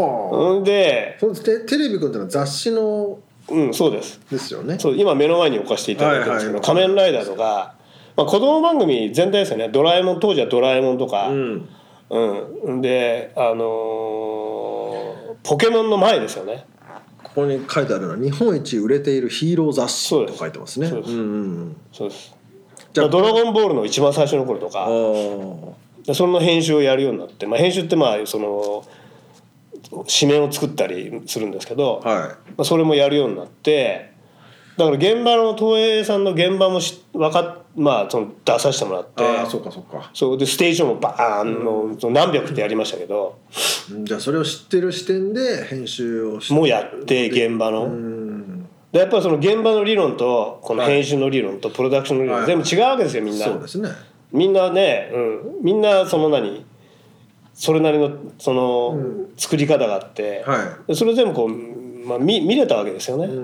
Speaker 2: はあ、
Speaker 3: うんで
Speaker 2: そうですテテレビくんってのは雑誌の
Speaker 3: うんそうです
Speaker 2: ですよね
Speaker 3: そう今目の前に置かせていただいてるんですけど「
Speaker 2: はいはい
Speaker 3: 仮面ライダー」とか、まあ、子供番組全体ですよね「ドラえもん」当時は「ドラえもん」とか、
Speaker 2: うん
Speaker 3: うんであのーポケモン」の前ですよね
Speaker 2: ここに書いてあるのは日本一売れているヒーロー雑誌
Speaker 3: そうで
Speaker 2: と
Speaker 3: す
Speaker 2: 書いてますね
Speaker 3: そう
Speaker 2: う
Speaker 3: です
Speaker 2: んうんうん
Speaker 3: そうです
Speaker 2: じ
Speaker 3: じ
Speaker 2: ゃ
Speaker 3: ゃ
Speaker 2: あ
Speaker 3: あ「ドラゴンボール」の一番最初の頃と
Speaker 2: あ
Speaker 3: か
Speaker 2: あ
Speaker 3: その編集をやるようになって、まあ、編集ってまあその紙面を作ったりするんですけど、
Speaker 2: は
Speaker 3: まあ、それもやるようになってだから現場の東映さんの現場もしわかっ、まあ、その出させてもらっ
Speaker 2: いああ
Speaker 3: て
Speaker 2: そうかそうか
Speaker 3: そうでステージもバーンのその何百ってやりましたけど
Speaker 2: うんじゃあそれを知ってる視点で編集をして
Speaker 3: もうやって現場
Speaker 2: う
Speaker 3: の。
Speaker 2: ん
Speaker 3: でやっぱりその現場の理論とこの編集の理論とプロダクションの理
Speaker 2: は
Speaker 3: 論
Speaker 2: い
Speaker 3: 全部違うわけですよみんな
Speaker 2: そうですね
Speaker 3: みんなね、うん、みんなその何それなりのその作り方があって、
Speaker 2: は
Speaker 3: でそれ全部こう、まあ、見見れたわけですよね。
Speaker 2: いう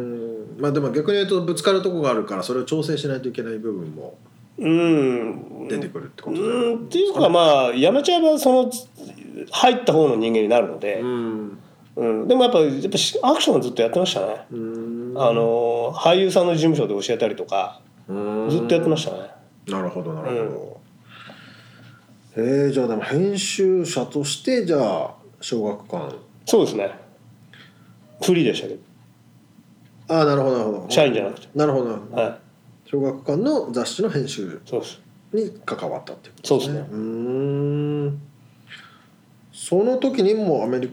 Speaker 2: んまあでも逆に言うとぶつかるとこがあるからそれを調整しないといけない部分も
Speaker 3: うん、
Speaker 2: 出てくるってことだよ
Speaker 3: うんっていうかまあやめちゃえばその入った方の人間になるので、
Speaker 2: うん
Speaker 3: うんでもやっぱやっぱしアクションはずっとやってましたね、
Speaker 2: うん
Speaker 3: あの俳優さんの事務所で教えたりとかずっとやってましたね
Speaker 2: なるほどなるほど、えーじゃあでも編集者としてじゃあ小学館
Speaker 3: そうですねフリーでしたけど
Speaker 2: ああなるほどなるほど
Speaker 3: 社員じゃなくて
Speaker 2: なるほどなるほど
Speaker 3: は
Speaker 2: 小学館の雑誌の編集
Speaker 3: いそうです
Speaker 2: に関わったっていうこ
Speaker 3: そ
Speaker 2: と
Speaker 3: うですね
Speaker 2: うーんその時にもうアメリ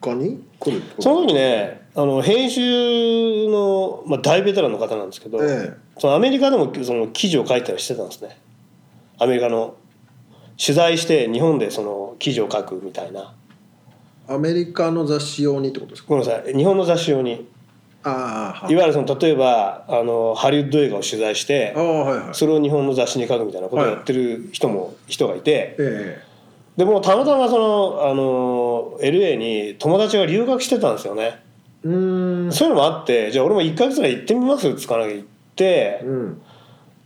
Speaker 2: カに来るってこと
Speaker 3: その時ねあの編集の、まあ、大ベテランの方なんですけど、
Speaker 2: え
Speaker 3: そのアメリカでもその記事を書いたりしてたんですねアメリカの取材して日本でその記事を書くみたいな
Speaker 2: えアメリカの雑誌用にってことですか
Speaker 3: ごめんなさい日本の雑誌用に
Speaker 2: ああはいい
Speaker 3: わゆるその例えばあのハリウッド映画を取材して
Speaker 2: ああはいはい
Speaker 3: それを日本の雑誌に書くみたいなことをやってる人も、人がいて
Speaker 2: え
Speaker 3: でもうたまたまそのあの LA に友達が留学してたんですよね、
Speaker 2: えうーん
Speaker 3: そういうのもあってじゃあ俺も1ヶ月ぐらい行ってみますっつかなきゃ行って
Speaker 2: うん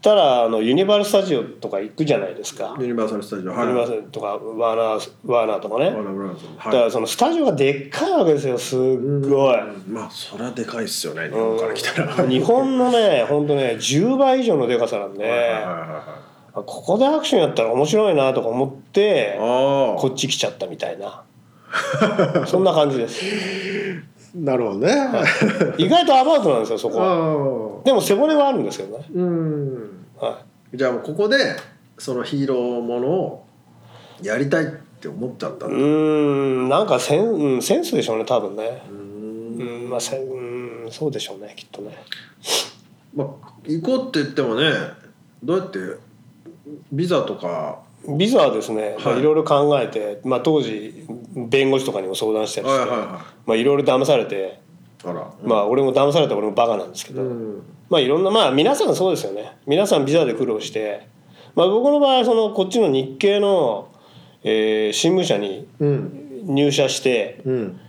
Speaker 3: たらあのユニバール・スタジオとか行くじゃないですか、
Speaker 2: ユニバーサル・スタジオはい
Speaker 3: ユニバーサルとかワーナーワーナーとかね、
Speaker 2: ワーナーブラザーズ
Speaker 3: だ
Speaker 2: はい
Speaker 3: からそのスタジオがでっかいわけですよすっごい、
Speaker 2: うんまあそれはでかいっすよ ね日本から来たら、
Speaker 3: 日本のねほんとね10倍以上のでかさなんで、
Speaker 2: はいはいはいは
Speaker 3: ここでアクションやったら面白いなとか思って
Speaker 2: いああ
Speaker 3: こっち来ちゃったみたいなそんな感じです
Speaker 2: なるほどね、
Speaker 3: 意外とアバウトなんですよそこは
Speaker 2: ああ
Speaker 3: でも背骨はあるんですけどね、
Speaker 2: うん
Speaker 3: は
Speaker 2: じゃあもうここでそのヒーローものをやりたいって思っちゃった
Speaker 3: い、う
Speaker 2: だ
Speaker 3: んーんなんかセン,、うん、センスでしょうね多分ね
Speaker 2: う
Speaker 3: うんんまあせんうんそうでしょうねきっとね
Speaker 2: まあ行こうって言ってもねどうやってビザとか
Speaker 3: ビザはですね、まあ
Speaker 2: はい
Speaker 3: いろいろ考えて、まあ、当時弁護士とかにも相談したりし
Speaker 2: は
Speaker 3: て、
Speaker 2: いはいは
Speaker 3: まあ、いろいろ騙されて、
Speaker 2: いあら
Speaker 3: まあ俺も騙された俺もバカなんですけ
Speaker 2: う
Speaker 3: ど、
Speaker 2: ん
Speaker 3: まあいろんなまあ皆さんそうですよね皆さんビザで苦労して、まあ、僕の場合はそのこっちの日系の、えー新聞社に
Speaker 2: うん
Speaker 3: 入社して
Speaker 2: うん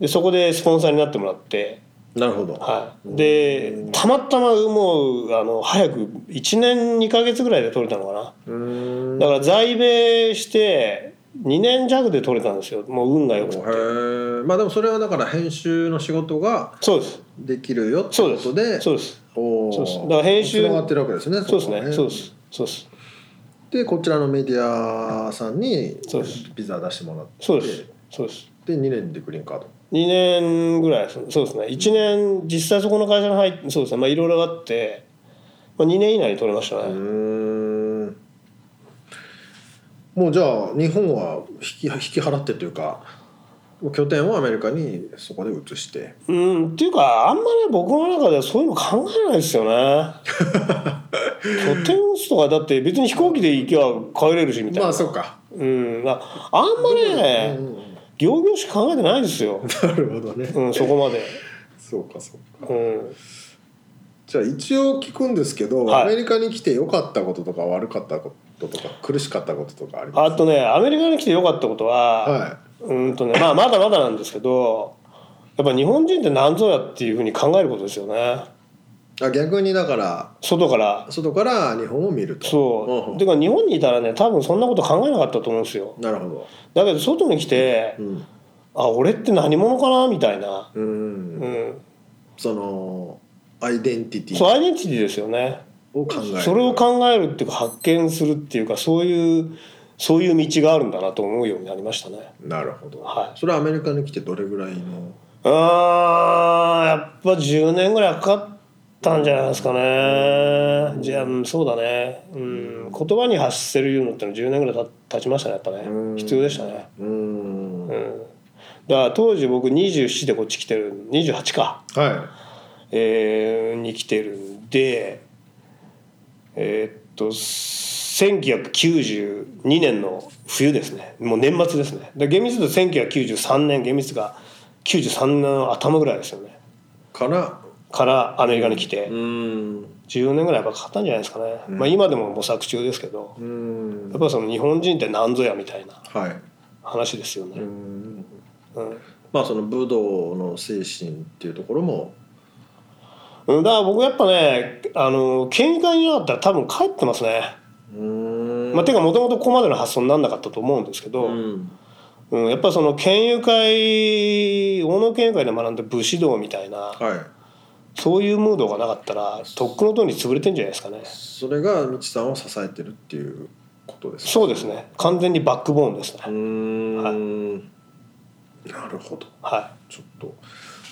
Speaker 3: でそこでスポンサーになってもらって、
Speaker 2: なるほど
Speaker 3: はい、でたまたまもうあの早く1年2ヶ月ぐらいで取れたのかな。
Speaker 2: うん
Speaker 3: だから在米して2年弱で取れたんですよもう運がよくて
Speaker 2: へえまあでもそれはだから編集の仕事が
Speaker 3: そうです
Speaker 2: できるよって
Speaker 3: そう
Speaker 2: こ
Speaker 3: です
Speaker 2: とで
Speaker 3: そうです
Speaker 2: おー
Speaker 3: そうですだから編集
Speaker 2: つながってるわけですね
Speaker 3: そうです
Speaker 2: こは
Speaker 3: ねそうですそうです
Speaker 2: でこちらのメディアさんに
Speaker 3: そうです
Speaker 2: ビザ出してもらって
Speaker 3: そうですそうです
Speaker 2: で2年でグリーンカード
Speaker 3: 2年ぐらいそうですね1年実際そこの会社に入ってそうですねまあいろいろあって、まあ、2年以内に取れました
Speaker 2: う
Speaker 3: ね、
Speaker 2: ーんもうじゃあ日本は引き引き払ってというかもう拠点をアメリカにそこで移して
Speaker 3: うん、っていうかあんまり僕の中ではそういうの考えないです よね拠点打つとかだって別に飛行機で行けば帰れるしみたい
Speaker 2: ま
Speaker 3: な、
Speaker 2: あそうか、
Speaker 3: うんああんまね、
Speaker 2: うんうん
Speaker 3: 行々しく考えてないですよ、
Speaker 2: なるほどね
Speaker 3: うん、そこまで、
Speaker 2: そうかそうか
Speaker 3: うん、
Speaker 2: じゃあ一応聞くんですけど、
Speaker 3: はい
Speaker 2: アメリカに来て良かったこととか悪かったこととか苦しかったこととかありま
Speaker 3: あとねアメリカに来てよかったこと は、
Speaker 2: すは
Speaker 3: うーんとねまあまだまだなんですけどやっぱ日本人って何ぞやっていうふうに考えることですよね
Speaker 2: いあ逆にだから
Speaker 3: 外から
Speaker 2: 外から日本を見ると
Speaker 3: そううんてか日本にいたらね多分そんなこと考えなかったと思うんですよ
Speaker 2: なるほ
Speaker 3: だけど外に来て
Speaker 2: どうん、
Speaker 3: あ俺って何者かなみたいな、
Speaker 2: うん
Speaker 3: うん、
Speaker 2: そのアイデンティテ
Speaker 3: そう
Speaker 2: ィ
Speaker 3: アイデンティティですよね
Speaker 2: を考える
Speaker 3: それを考えるっていうか発見するっていうかそういうそういう道があるんだなと思うようになりましたね
Speaker 2: なるほど、
Speaker 3: はい
Speaker 2: それはアメリカに来てどれぐらいの
Speaker 3: あーやっぱ10年ぐらいかかったんじゃないですかねじゃあうんそうだねうん言葉に発せるのってのは10年ぐらいた経ちましたねやっぱ
Speaker 2: うん
Speaker 3: ね必要でしたね
Speaker 2: うーん
Speaker 3: う
Speaker 2: はい
Speaker 3: んだから当時僕27でこっち来てる28か、えーに来てるんでえーっと1992年の冬ですねもう年末ですねで厳密に言うと1993年厳密が93年の頭ぐらいですよね
Speaker 2: から
Speaker 3: からアメリカに来て、
Speaker 2: うーん
Speaker 3: 14年ぐらいやっぱかかったんじゃないですかね、
Speaker 2: うん
Speaker 3: まあ、今でも模索中ですけど
Speaker 2: うーん
Speaker 3: やっぱその日本人って何ぞやみたいな
Speaker 2: はい
Speaker 3: 話ですよ
Speaker 2: うー
Speaker 3: ね、
Speaker 2: ん
Speaker 3: うん
Speaker 2: まあその武道の精神っていうところも
Speaker 3: うんだから僕やっぱねあの県議会にいなかったら多分帰ってますね、
Speaker 2: うーん
Speaker 3: まあ、ていうかもともとここまでの発想になんなかったと思うんですけど、
Speaker 2: う
Speaker 3: うん
Speaker 2: ん
Speaker 3: やっぱその県友会大野県友会で学んだ武士道みたいな、
Speaker 2: はい
Speaker 3: そういうムードがなかったらとっくのとおり潰れてんじゃないですかね
Speaker 2: それがみちさんを支えてるっていうことですか
Speaker 3: そうですね完全にバックボーンですね、
Speaker 2: うーん、なるほど
Speaker 3: は
Speaker 2: ちょっと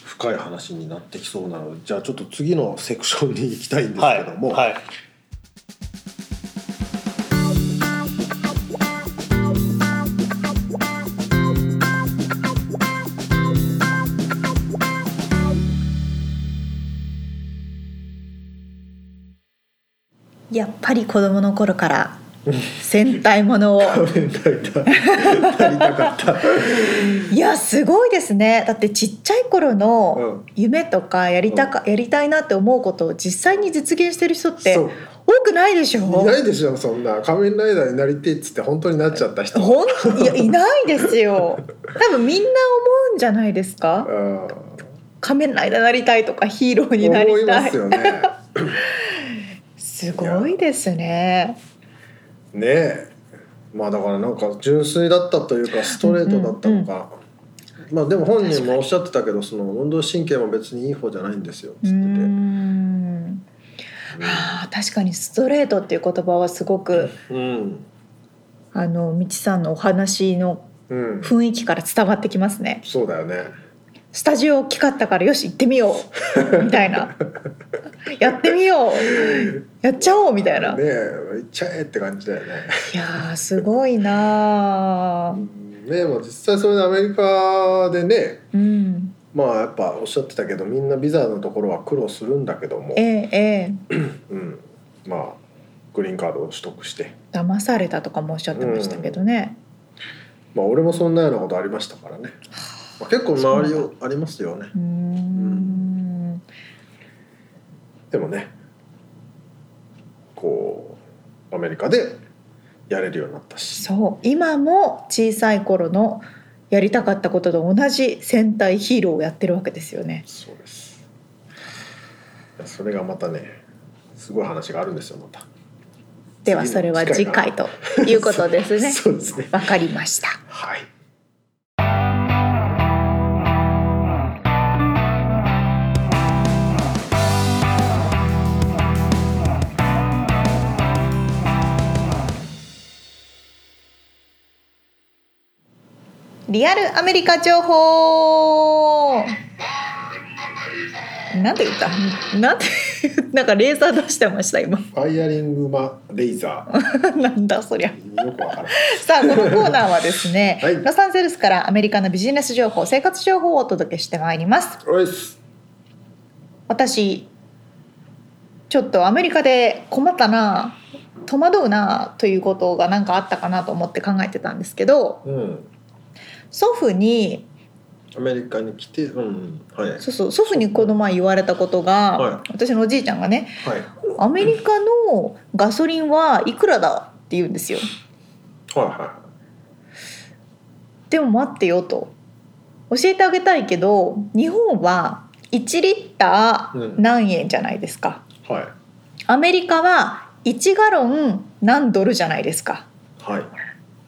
Speaker 2: 深い話になってきそうなのでじゃあちょっと次のセクションに行きたいん
Speaker 3: い
Speaker 2: です
Speaker 3: はい
Speaker 2: けども、
Speaker 3: はい
Speaker 1: やっぱり子供の頃から戦隊ものを
Speaker 2: 食べたいなりたかった
Speaker 1: いやすごいですねだってちっちゃい頃の夢とかやりたか、やりたいなって思うことを実際に実現してる人って
Speaker 2: そう
Speaker 1: 多くないでしょ
Speaker 2: いないでしょそんな仮面ライダーになりてえっつって本当になっちゃった人
Speaker 1: ほんいやいないですよ多分みんな思うんじゃないですか
Speaker 2: うん
Speaker 1: 仮面ライダーになりたいとかヒーローになり
Speaker 2: 思い
Speaker 1: た
Speaker 2: ま
Speaker 1: い
Speaker 2: すよね
Speaker 1: すごいですね。
Speaker 2: ねえまあだからなんか純粋だったというかストレートだったのか、まあでも本人もおっしゃってたけどその運動神経も別にいい方じゃないんですよっ
Speaker 1: う
Speaker 2: つってて、うん
Speaker 1: ん。はあ、確かにストレートっていう言葉はすごく、
Speaker 2: うん
Speaker 1: あの、みちさんのお話の
Speaker 2: うん、
Speaker 1: 雰囲気から伝わってきますね。
Speaker 2: そうだよね
Speaker 1: スタジオ大きかったからよし行ってみようみたい なやってみようやっちゃおうみたいな、
Speaker 2: ねえ行っちゃえって感じだよね
Speaker 1: いやーすごいなー
Speaker 2: ねえまあ実際それでアメリカでね
Speaker 1: うん
Speaker 2: まあやっぱおっしゃってたけどみんなビザのところは苦労するんだけども
Speaker 1: え、ええ
Speaker 2: うん、まあグリーンカードを取得して
Speaker 1: え騙されたとかもおっしゃってましたけどね、
Speaker 2: まあ俺もそんなようなことありましたからね、まあ、結構周りをありますよね
Speaker 1: うーん
Speaker 2: でもねこうアメリカでやれるようになったし
Speaker 1: そう今も小さい頃のやりたかったことと同じ戦隊ヒーローをやってるわけですよね
Speaker 2: そうですいやそれがまたねすごい話があるんですよまた
Speaker 1: ではそれは次回ということですね
Speaker 2: そうですね
Speaker 1: わかりました
Speaker 2: はい
Speaker 1: リアルアメリカ情報なんて言ったなんて なんかレーザー出してました今
Speaker 2: ファイアリングマレイザ
Speaker 1: なんだそりゃ
Speaker 2: ーよくわからない
Speaker 1: さあこのコーナーはですね、
Speaker 2: はい
Speaker 1: ロサンゼルスからアメリカのビジネス情報生活情報をお届けしてまいります
Speaker 2: おいっす
Speaker 1: 私ちょっとアメリカで困ったな戸惑うなということが何かあったかなと思って考えてたんですけど
Speaker 2: うん
Speaker 1: 祖父に
Speaker 2: アメリカに来てうんはいはい
Speaker 1: そうそう祖父にこの前言われたことが、
Speaker 2: は
Speaker 1: 私のおじいちゃんがねアメリカのガソリンはいくらだって言うんですよ
Speaker 2: はいは
Speaker 1: でも待ってよと教えてあげたいけど日本は1リッター何円じゃないですか、
Speaker 2: いはい
Speaker 1: アメリカは1ガロン何ドルじゃないですか
Speaker 2: はい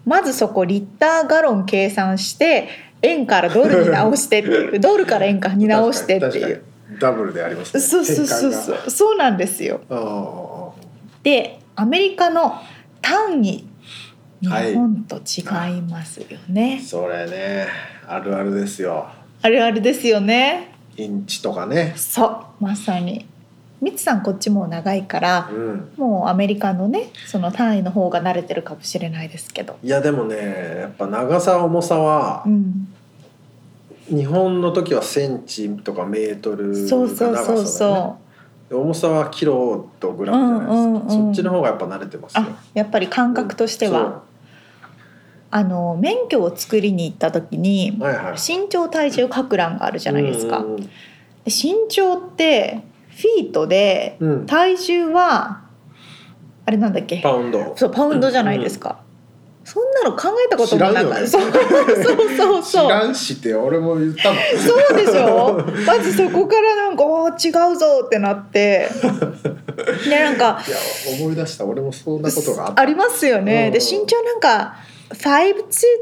Speaker 1: まずそこリッターガロン計算して円からドルに直してって いうドルから円かに直してって
Speaker 2: 確か
Speaker 1: い
Speaker 2: に
Speaker 1: う
Speaker 2: 確かにダブルでありますね
Speaker 1: そうそうそう
Speaker 2: 変換
Speaker 1: そうそうなんですよ
Speaker 2: があ
Speaker 1: でアメリカの単位日
Speaker 2: はい
Speaker 1: 本と違いますよね、
Speaker 2: あそれねあるあるですよ
Speaker 1: あれあれですよね
Speaker 2: インチとかね
Speaker 1: そうまさにみつさんこっちもう長いから
Speaker 2: うん
Speaker 1: もうアメリカのねその単位の方が慣れてるかもしれないですけど
Speaker 2: いやでもねやっぱ長さ重さは
Speaker 1: うん
Speaker 2: 日本の時はセンチとかメートルが長さ
Speaker 1: そうそうそう
Speaker 2: だよね
Speaker 1: そ
Speaker 2: で重さはキロとグラムじゃないですか、
Speaker 1: うんうんうん
Speaker 2: そっちの方がやっぱ慣れてます
Speaker 1: う
Speaker 2: よ
Speaker 1: あやっぱり感覚としては、あの免許を作りに行った時に
Speaker 2: そうはいはい
Speaker 1: 身長体重書く欄があるじゃないですか、
Speaker 2: うんうん
Speaker 1: で身長ってフィートで
Speaker 2: うんうん
Speaker 1: 体重はあれなんだっけ
Speaker 2: パウンド
Speaker 1: そうパウンドじゃないですか、そんなの考えたこともなかった、
Speaker 2: 知
Speaker 1: そう そうそう
Speaker 2: 知
Speaker 1: そう
Speaker 2: らんしって俺も言ったもん
Speaker 1: そうでしょまずそこからなんか「おー違うぞ」ってなってでなんか
Speaker 2: いや思い出した俺もそんなことがあった
Speaker 1: ありますよね、
Speaker 2: うん
Speaker 1: で身長なんか「5'2」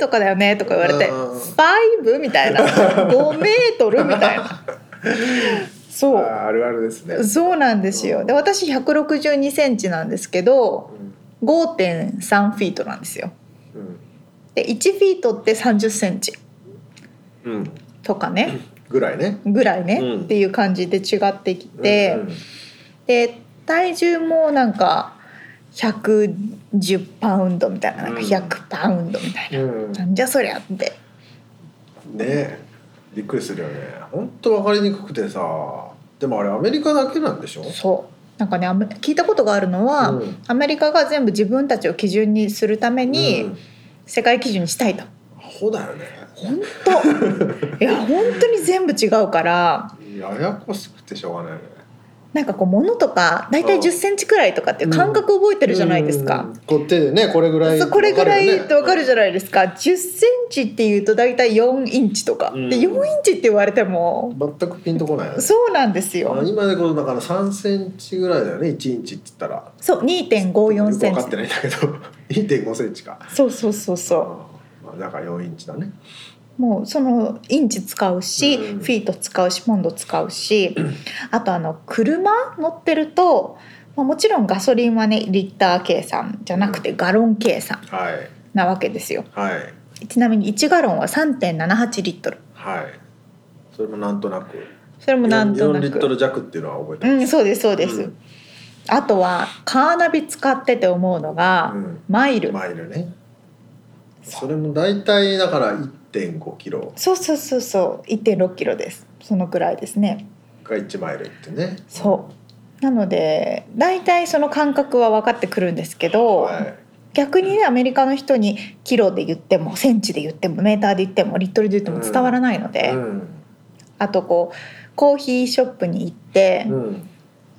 Speaker 1: とかだよねとか言われて
Speaker 2: うん
Speaker 1: 「5」みた いな「5メートル」みたいなそ
Speaker 2: あーあるあるですね
Speaker 1: うそうなんですよで私1 6 2センチなんですけど
Speaker 2: うん
Speaker 1: 5.3フィートなんですよ
Speaker 2: うん
Speaker 1: で1フィートって3 0センチ
Speaker 2: うん
Speaker 1: とかね
Speaker 2: ぐらいね
Speaker 1: ぐらいね、
Speaker 2: うん
Speaker 1: っていう感じで違ってきて、
Speaker 2: うんうん
Speaker 1: で体重もなんか110パウンドみたいななんか
Speaker 2: うん
Speaker 1: 100パウンドみたいな、
Speaker 2: うん
Speaker 1: なんじゃそりゃって
Speaker 2: ねえびっくりするよね本当わかりにくくてさでもあれアメリカだけなんでしょ
Speaker 1: そうなんかねあんま聞いたことがあるのは、
Speaker 2: うん
Speaker 1: アメリカが全部自分たちを基準にするために、
Speaker 2: うん
Speaker 1: 世界基準にしたいと
Speaker 2: アホだよね
Speaker 1: 本 当いや本当に全部違うから
Speaker 2: ややこしくてしょうがないよね
Speaker 1: なんかこう物とか大体
Speaker 2: うん
Speaker 1: 1 0ンチくらいとかっていう感覚覚えてるじゃないですか。
Speaker 2: うん。こう手でねこれぐらい
Speaker 1: そうこれぐらいってわかるじゃ
Speaker 2: ない。
Speaker 1: ないですか。10センチっていうと大体4インチとか。
Speaker 3: うん
Speaker 1: で4インチって言われても
Speaker 2: 全くピンとこないよね。
Speaker 1: そうなんですよ
Speaker 2: あ。今でこそだから3センチぐらいだよね1インチって言ったら。
Speaker 1: そう2.54セ
Speaker 2: よ
Speaker 1: ン
Speaker 2: く分かって
Speaker 1: チ。
Speaker 2: ないんだけど 1.5センチか。
Speaker 1: そうそうそうそう。
Speaker 2: うん。まあだから4インチだね。
Speaker 1: もうそのインチ使うし、
Speaker 2: うん
Speaker 1: フィート使うしポンド使う し、あとあの車乗ってると、まあ、もちろんガソリンはねリッター計算じゃなくてガロン計算
Speaker 2: はい
Speaker 1: なわけですよ
Speaker 2: はい
Speaker 1: ちなみに1ガロンは3.78リットル
Speaker 2: はい。それもなんとなく。
Speaker 1: それもなんとな
Speaker 2: 4リットル
Speaker 1: く
Speaker 2: 弱っていうのは覚えて
Speaker 1: う
Speaker 2: る。
Speaker 1: んそうですそうです、
Speaker 2: うん
Speaker 1: あとはカーナビ使ってて思うのが、
Speaker 2: うん
Speaker 1: マイル、
Speaker 2: マイルね。それも大体だから1.5キロ
Speaker 1: そうそうそうそう1.6キロですそのくらいですね
Speaker 2: が1マイルってね。
Speaker 1: そうなので大体その感覚は分かってくるんですけど、
Speaker 2: はい。
Speaker 1: 逆にねアメリカの人にキロで言ってもセンチで言ってもメーターで言ってもリットルで言っても伝わらないので、
Speaker 2: うん
Speaker 1: あとこうコーヒーショップに行って、
Speaker 2: うん、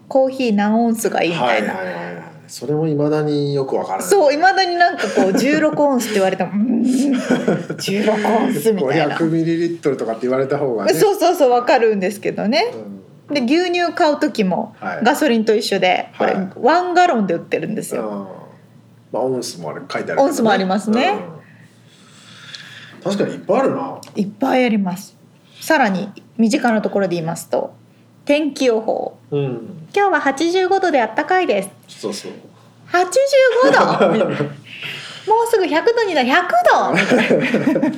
Speaker 1: コーヒー何オンスがいいみたいな、
Speaker 2: はいはいはいはい、それも未だによくわからない
Speaker 1: そういまだになんかこう16オンスって言われても「うーん16オンス」みた いな。
Speaker 2: 500ミリリットルとかって言われた方がね
Speaker 1: そうそうそうわかるんですけどね
Speaker 2: うん
Speaker 1: で牛乳買う時も
Speaker 2: はい
Speaker 1: ガソリンと一緒でこれ
Speaker 2: はい
Speaker 1: ワンガロンで売ってるんです
Speaker 2: あ
Speaker 1: よ、
Speaker 2: ーまあオンスもあれ書いてあるけど、
Speaker 1: オンスもありますね
Speaker 2: うん確かにいっぱいあるない
Speaker 1: っぱいありますさらに身近なところで言いますと天気予報
Speaker 2: うん
Speaker 1: 今日は85度であったかいです
Speaker 2: そうそう
Speaker 1: 85度もうすぐ100度になる100度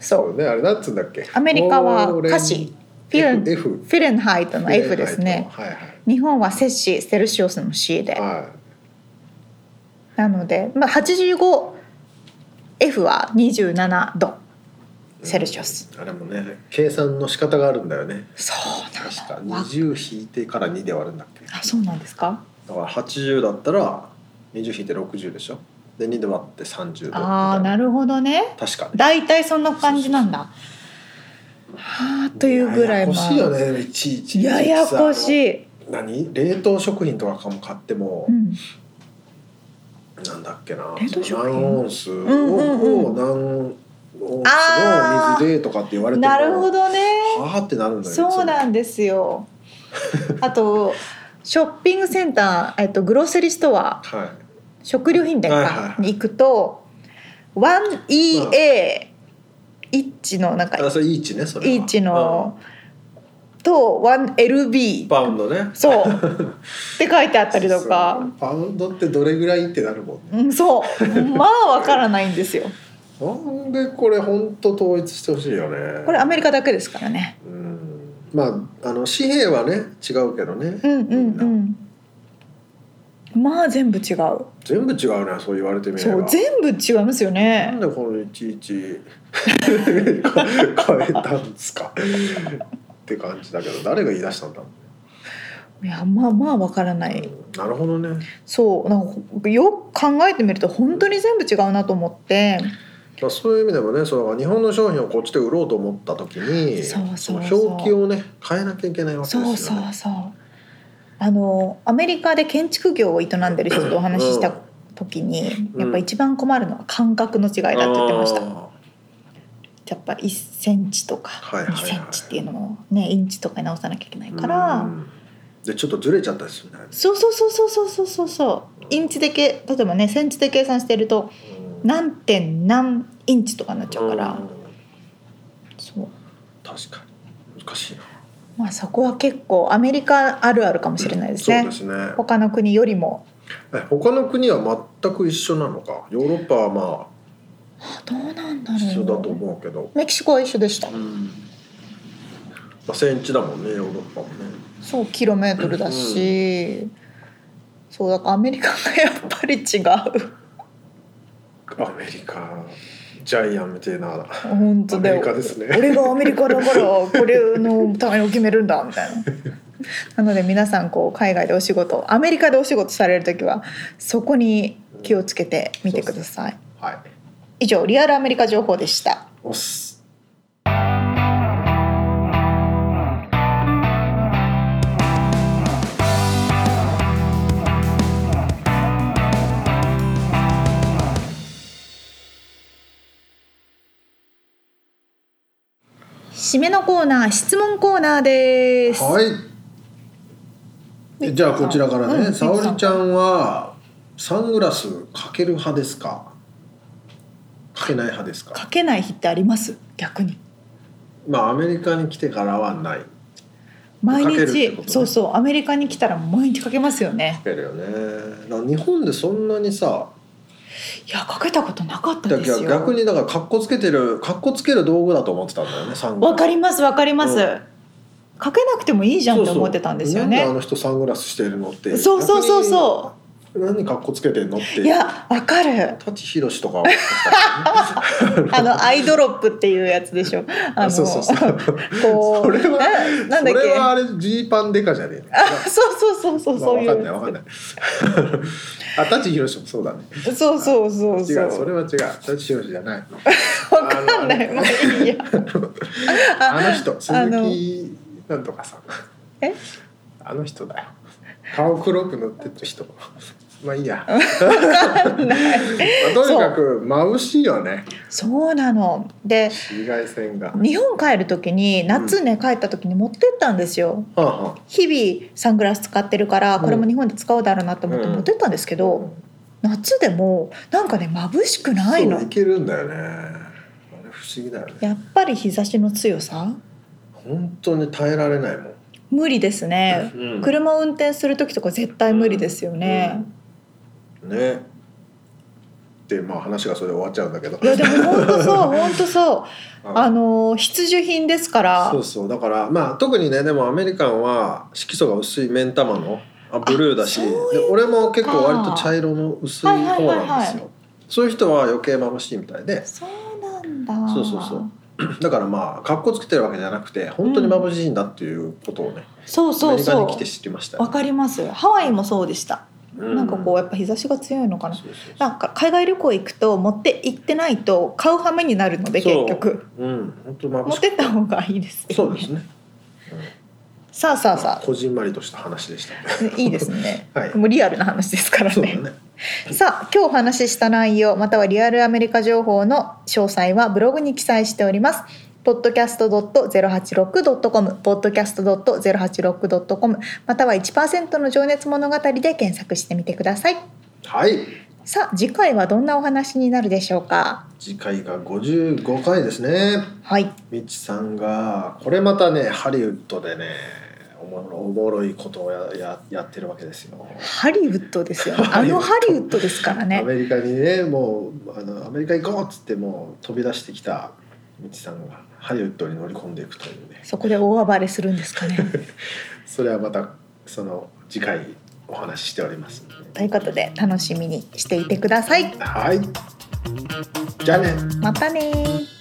Speaker 1: そ
Speaker 2: そう
Speaker 1: う
Speaker 2: ねあれなんつうんだっけ
Speaker 1: アメリカは華氏フィレン
Speaker 2: F,
Speaker 1: フィレンハイトの F ですね
Speaker 2: はいはい
Speaker 1: 日本は摂氏セルシオスの C で
Speaker 2: は
Speaker 1: なので、まあ、85F は27度セルシオス
Speaker 2: い、あれもね計算の仕方があるんだよね
Speaker 1: そうなん
Speaker 2: 確か
Speaker 1: わ
Speaker 2: 20引いてから2で割るんだっけ
Speaker 1: あそうなんですか
Speaker 2: だから80だったら20引いて60でしょで2で割って30度
Speaker 1: ああなるほどね
Speaker 2: 確かに
Speaker 1: 大体そんな感じなんだはあというぐらい
Speaker 2: ややこ
Speaker 1: まあ
Speaker 2: しいよねいちいち
Speaker 1: ややこし
Speaker 2: い
Speaker 1: い、
Speaker 2: 何冷凍食品とかも買っても、
Speaker 1: うん、
Speaker 2: なんだっけな
Speaker 1: 冷凍食品
Speaker 2: 何オンスを,、
Speaker 1: んうんうん
Speaker 2: を何オンス
Speaker 1: あー
Speaker 2: の水でとかって言われても
Speaker 1: なるほどね
Speaker 2: はあってなるんだよね
Speaker 1: そうなんです よあとショッピングセンター、えっと、グロッセリーストア
Speaker 2: はい
Speaker 1: 食料品店
Speaker 2: はいはい
Speaker 1: か
Speaker 2: はい
Speaker 1: に行くと 1EA イッチのなんか
Speaker 2: あそれイーチねそれは
Speaker 1: イーチの、と 1LB
Speaker 2: うんパウンドね
Speaker 1: そうって書いてあったりと
Speaker 2: そう
Speaker 1: か
Speaker 2: パウンドってどれぐらいってなるもんね
Speaker 1: うんそうまあわからないんですよ
Speaker 2: なんでこれ本当統一してほしいよね
Speaker 1: これアメリカだけですからね
Speaker 2: うんまああの紙幣はね違うけどね、
Speaker 1: うんうんう
Speaker 2: みなん
Speaker 1: まあ全部違う
Speaker 2: 全部違うねそう言われてみれ
Speaker 1: そう
Speaker 2: ば
Speaker 1: 全部違いますよ
Speaker 2: な
Speaker 1: ね
Speaker 2: んでこのいちいち 変えたんですかって感じだけど誰が言い出したんだろ
Speaker 1: いやまあまあわからな
Speaker 2: う、
Speaker 1: い
Speaker 2: うんなるほどね
Speaker 1: そうなんかよく考えてみると本当に全部違うなと思って
Speaker 2: まあ、そういう意味でもねそう日本の商品をこっちで売ろうと思った時に
Speaker 1: そうそうそう
Speaker 2: その表記をね変えなきゃいけないわけですよ、
Speaker 1: そ
Speaker 2: ね、
Speaker 1: うそうそうあのアメリカで建築業を営んでる人とお話しした時に、
Speaker 2: うん
Speaker 1: やっぱ一番困るのは感覚の違いだって言ってました、
Speaker 2: あ
Speaker 1: やっぱ1センチとか
Speaker 2: はいはい
Speaker 1: 2
Speaker 2: はい
Speaker 1: センチっていうのもねインチとかに直さなきゃいけない
Speaker 2: ー
Speaker 1: から、
Speaker 2: うんでちょっとずれちゃったりするね
Speaker 1: そうそうそうそうそうそうそうそうインチでけ例えばねセンチで計算してると
Speaker 2: うん
Speaker 1: 何点何インチとかになっちゃうから、
Speaker 2: うん
Speaker 1: そう
Speaker 2: 確かに難しいな
Speaker 1: まあそこは結構アメリカあるあるかもしれないです
Speaker 2: そう
Speaker 1: ね。
Speaker 2: ですね
Speaker 1: 他の国よりも
Speaker 2: え他の国は全く一緒なのかヨーロッパはま
Speaker 1: あどうなんだ
Speaker 2: あ
Speaker 1: ろう
Speaker 2: 一緒だと思うけど、
Speaker 1: メキシコは一緒でした
Speaker 2: うんまあ、センチだもんねヨーロッパもね
Speaker 1: そうキロメートルだし、そうだからアメリカがやっぱり違う
Speaker 2: アメリカジャイアンみたいな
Speaker 1: 本当
Speaker 2: ア
Speaker 1: だ
Speaker 2: メ
Speaker 1: よ
Speaker 2: リカですね
Speaker 1: 俺がアメリカだからこれの単位を決めるんだみたいな。なので皆さんこう海外でお仕事アメリカでお仕事される時はそこに気をつけてみてください。
Speaker 2: はい
Speaker 1: 以上リアルアメリカ情報でした。
Speaker 2: おっす
Speaker 1: 締めのコーナー質問コーナーです、
Speaker 2: はい。じゃあこちらから
Speaker 1: う
Speaker 2: ね、
Speaker 1: ん
Speaker 2: 沙織ちゃんはサングラスかける派ですか、かけない派です
Speaker 1: か
Speaker 2: か。
Speaker 1: けない日ってあります逆に
Speaker 2: まあアメリカに来てからはない。か
Speaker 1: 毎
Speaker 2: かけるって
Speaker 1: 日、
Speaker 2: ことね
Speaker 1: そうそうアメリカに来たら毎日かけますよね
Speaker 2: けるよね。だから日本でそんなにさ、
Speaker 1: いやかけたことなかった
Speaker 2: だ
Speaker 1: です
Speaker 2: か
Speaker 1: よ
Speaker 2: ら逆にだから格好つけてる格好つける道具だと思ってたんだよね。サングラス。
Speaker 1: わかりますわかります、
Speaker 2: う
Speaker 1: かけなくてもいいじゃんって思ってたんですよね
Speaker 2: そうそうなんであの人サングラスしてるのって。。
Speaker 1: そうそうそうそう
Speaker 2: 何格好つけてんのって。
Speaker 1: いやわかる
Speaker 2: 舘ひろしとかは思ってたけどね。
Speaker 1: あのアイドロップっていうやつでしょ あの
Speaker 2: あそうそうそう
Speaker 1: こう
Speaker 2: それは
Speaker 1: ななんだっ
Speaker 2: それは
Speaker 1: け
Speaker 2: あれジーパンデカじゃねえの
Speaker 1: あそうそうそうそう
Speaker 2: まあ
Speaker 1: そうい
Speaker 2: わかんないうわかんない あ舘ひろしもそうだね
Speaker 1: そうそうそうそう
Speaker 2: 違うそれは違う舘ひろしじゃない
Speaker 1: わかんない
Speaker 2: あの
Speaker 1: まあいいや
Speaker 2: あの人
Speaker 1: あ
Speaker 2: 鈴
Speaker 1: の
Speaker 2: 木なんとかさん
Speaker 1: え
Speaker 2: あの人だよ顔黒く塗ってる人まあいいや、まあ、とにかく眩しいよね
Speaker 1: そうなので
Speaker 2: 紫外線が、
Speaker 1: 日本帰る時に夏ね帰った時に持ってったんですよ
Speaker 2: はあは
Speaker 1: 日々サングラス使ってるから
Speaker 2: うん
Speaker 1: これも日本で使うだろうなと思って
Speaker 2: うん
Speaker 1: 持ってったんですけ
Speaker 2: あ
Speaker 1: ど、夏でもなんかね眩しくないの
Speaker 2: そういけるんだよねあれ不思議だよね
Speaker 1: やっぱり日差しの強さ
Speaker 2: 本当に耐えられないもん
Speaker 1: 無理ですね、
Speaker 2: うん
Speaker 1: 車を運転する時とか絶対無理ですよね、
Speaker 2: ねでまあ話がそれで終わっちゃうんだけど
Speaker 1: いやでも本当そう本当そうあ
Speaker 2: の
Speaker 1: の必需品ですから
Speaker 2: そうそうだからまあ特にねでもアメリカンは色素が薄い目ん玉のあブルーだし
Speaker 1: あそういうこと
Speaker 2: で
Speaker 1: か
Speaker 2: 俺も結構割と茶色の薄い方なん
Speaker 1: は
Speaker 2: ですよ、
Speaker 1: いはいはいは
Speaker 2: そういう人は余計眩しいみたいで
Speaker 1: そうなんだ
Speaker 2: そうそう そうだからまあ格好つけてるわけじゃなくて本当に眩しいんだっていうことをね、
Speaker 1: そう
Speaker 2: ア
Speaker 1: そ
Speaker 2: メ
Speaker 1: う
Speaker 2: リカ
Speaker 1: そ
Speaker 2: に
Speaker 1: う
Speaker 2: 来て知りましたね、
Speaker 1: わかりますハワイもそうでした、
Speaker 2: うん
Speaker 1: なんかこうやっぱ日差しが強いのかな
Speaker 2: そうそうそう
Speaker 1: なんか海外旅行行くと持って行ってないと買う羽目になるので結
Speaker 2: そう
Speaker 1: 局
Speaker 2: うん本当眩
Speaker 1: 持っ
Speaker 2: しく
Speaker 1: てった方がいいですよね
Speaker 2: そうですね
Speaker 1: さあさあさ
Speaker 2: こじんまりとした話でしたね
Speaker 1: あいいです ね
Speaker 2: はい
Speaker 1: もうリアルな話ですから
Speaker 2: そうだ
Speaker 1: ね
Speaker 2: ね
Speaker 1: さあ今日お話しした内容またはリアルアメリカ情報の詳細はブログに記載しております podcast.086.com podcast.086.com または1%の情熱物語で検索してみてください
Speaker 2: はい
Speaker 1: さあ次回はどんなお話になるでしょうか
Speaker 2: 次回が55回ですね
Speaker 1: はい
Speaker 2: みちさんがこれまたねハリウッドでねおもろおもろいことをやややってるわけですよ、
Speaker 1: ハリウッドですよねあの ハリウッドですから
Speaker 2: ア
Speaker 1: ね
Speaker 2: メリカにねもうあのアメリカ行こうっつってもう飛び出してきたみちさんがハリウッドに乗り込んでいくというね
Speaker 1: そこで大暴れするんですかね
Speaker 2: それはまたその次回お話ししておりますので
Speaker 1: ということで楽しみにしていてください
Speaker 2: はいじゃあね
Speaker 1: またねー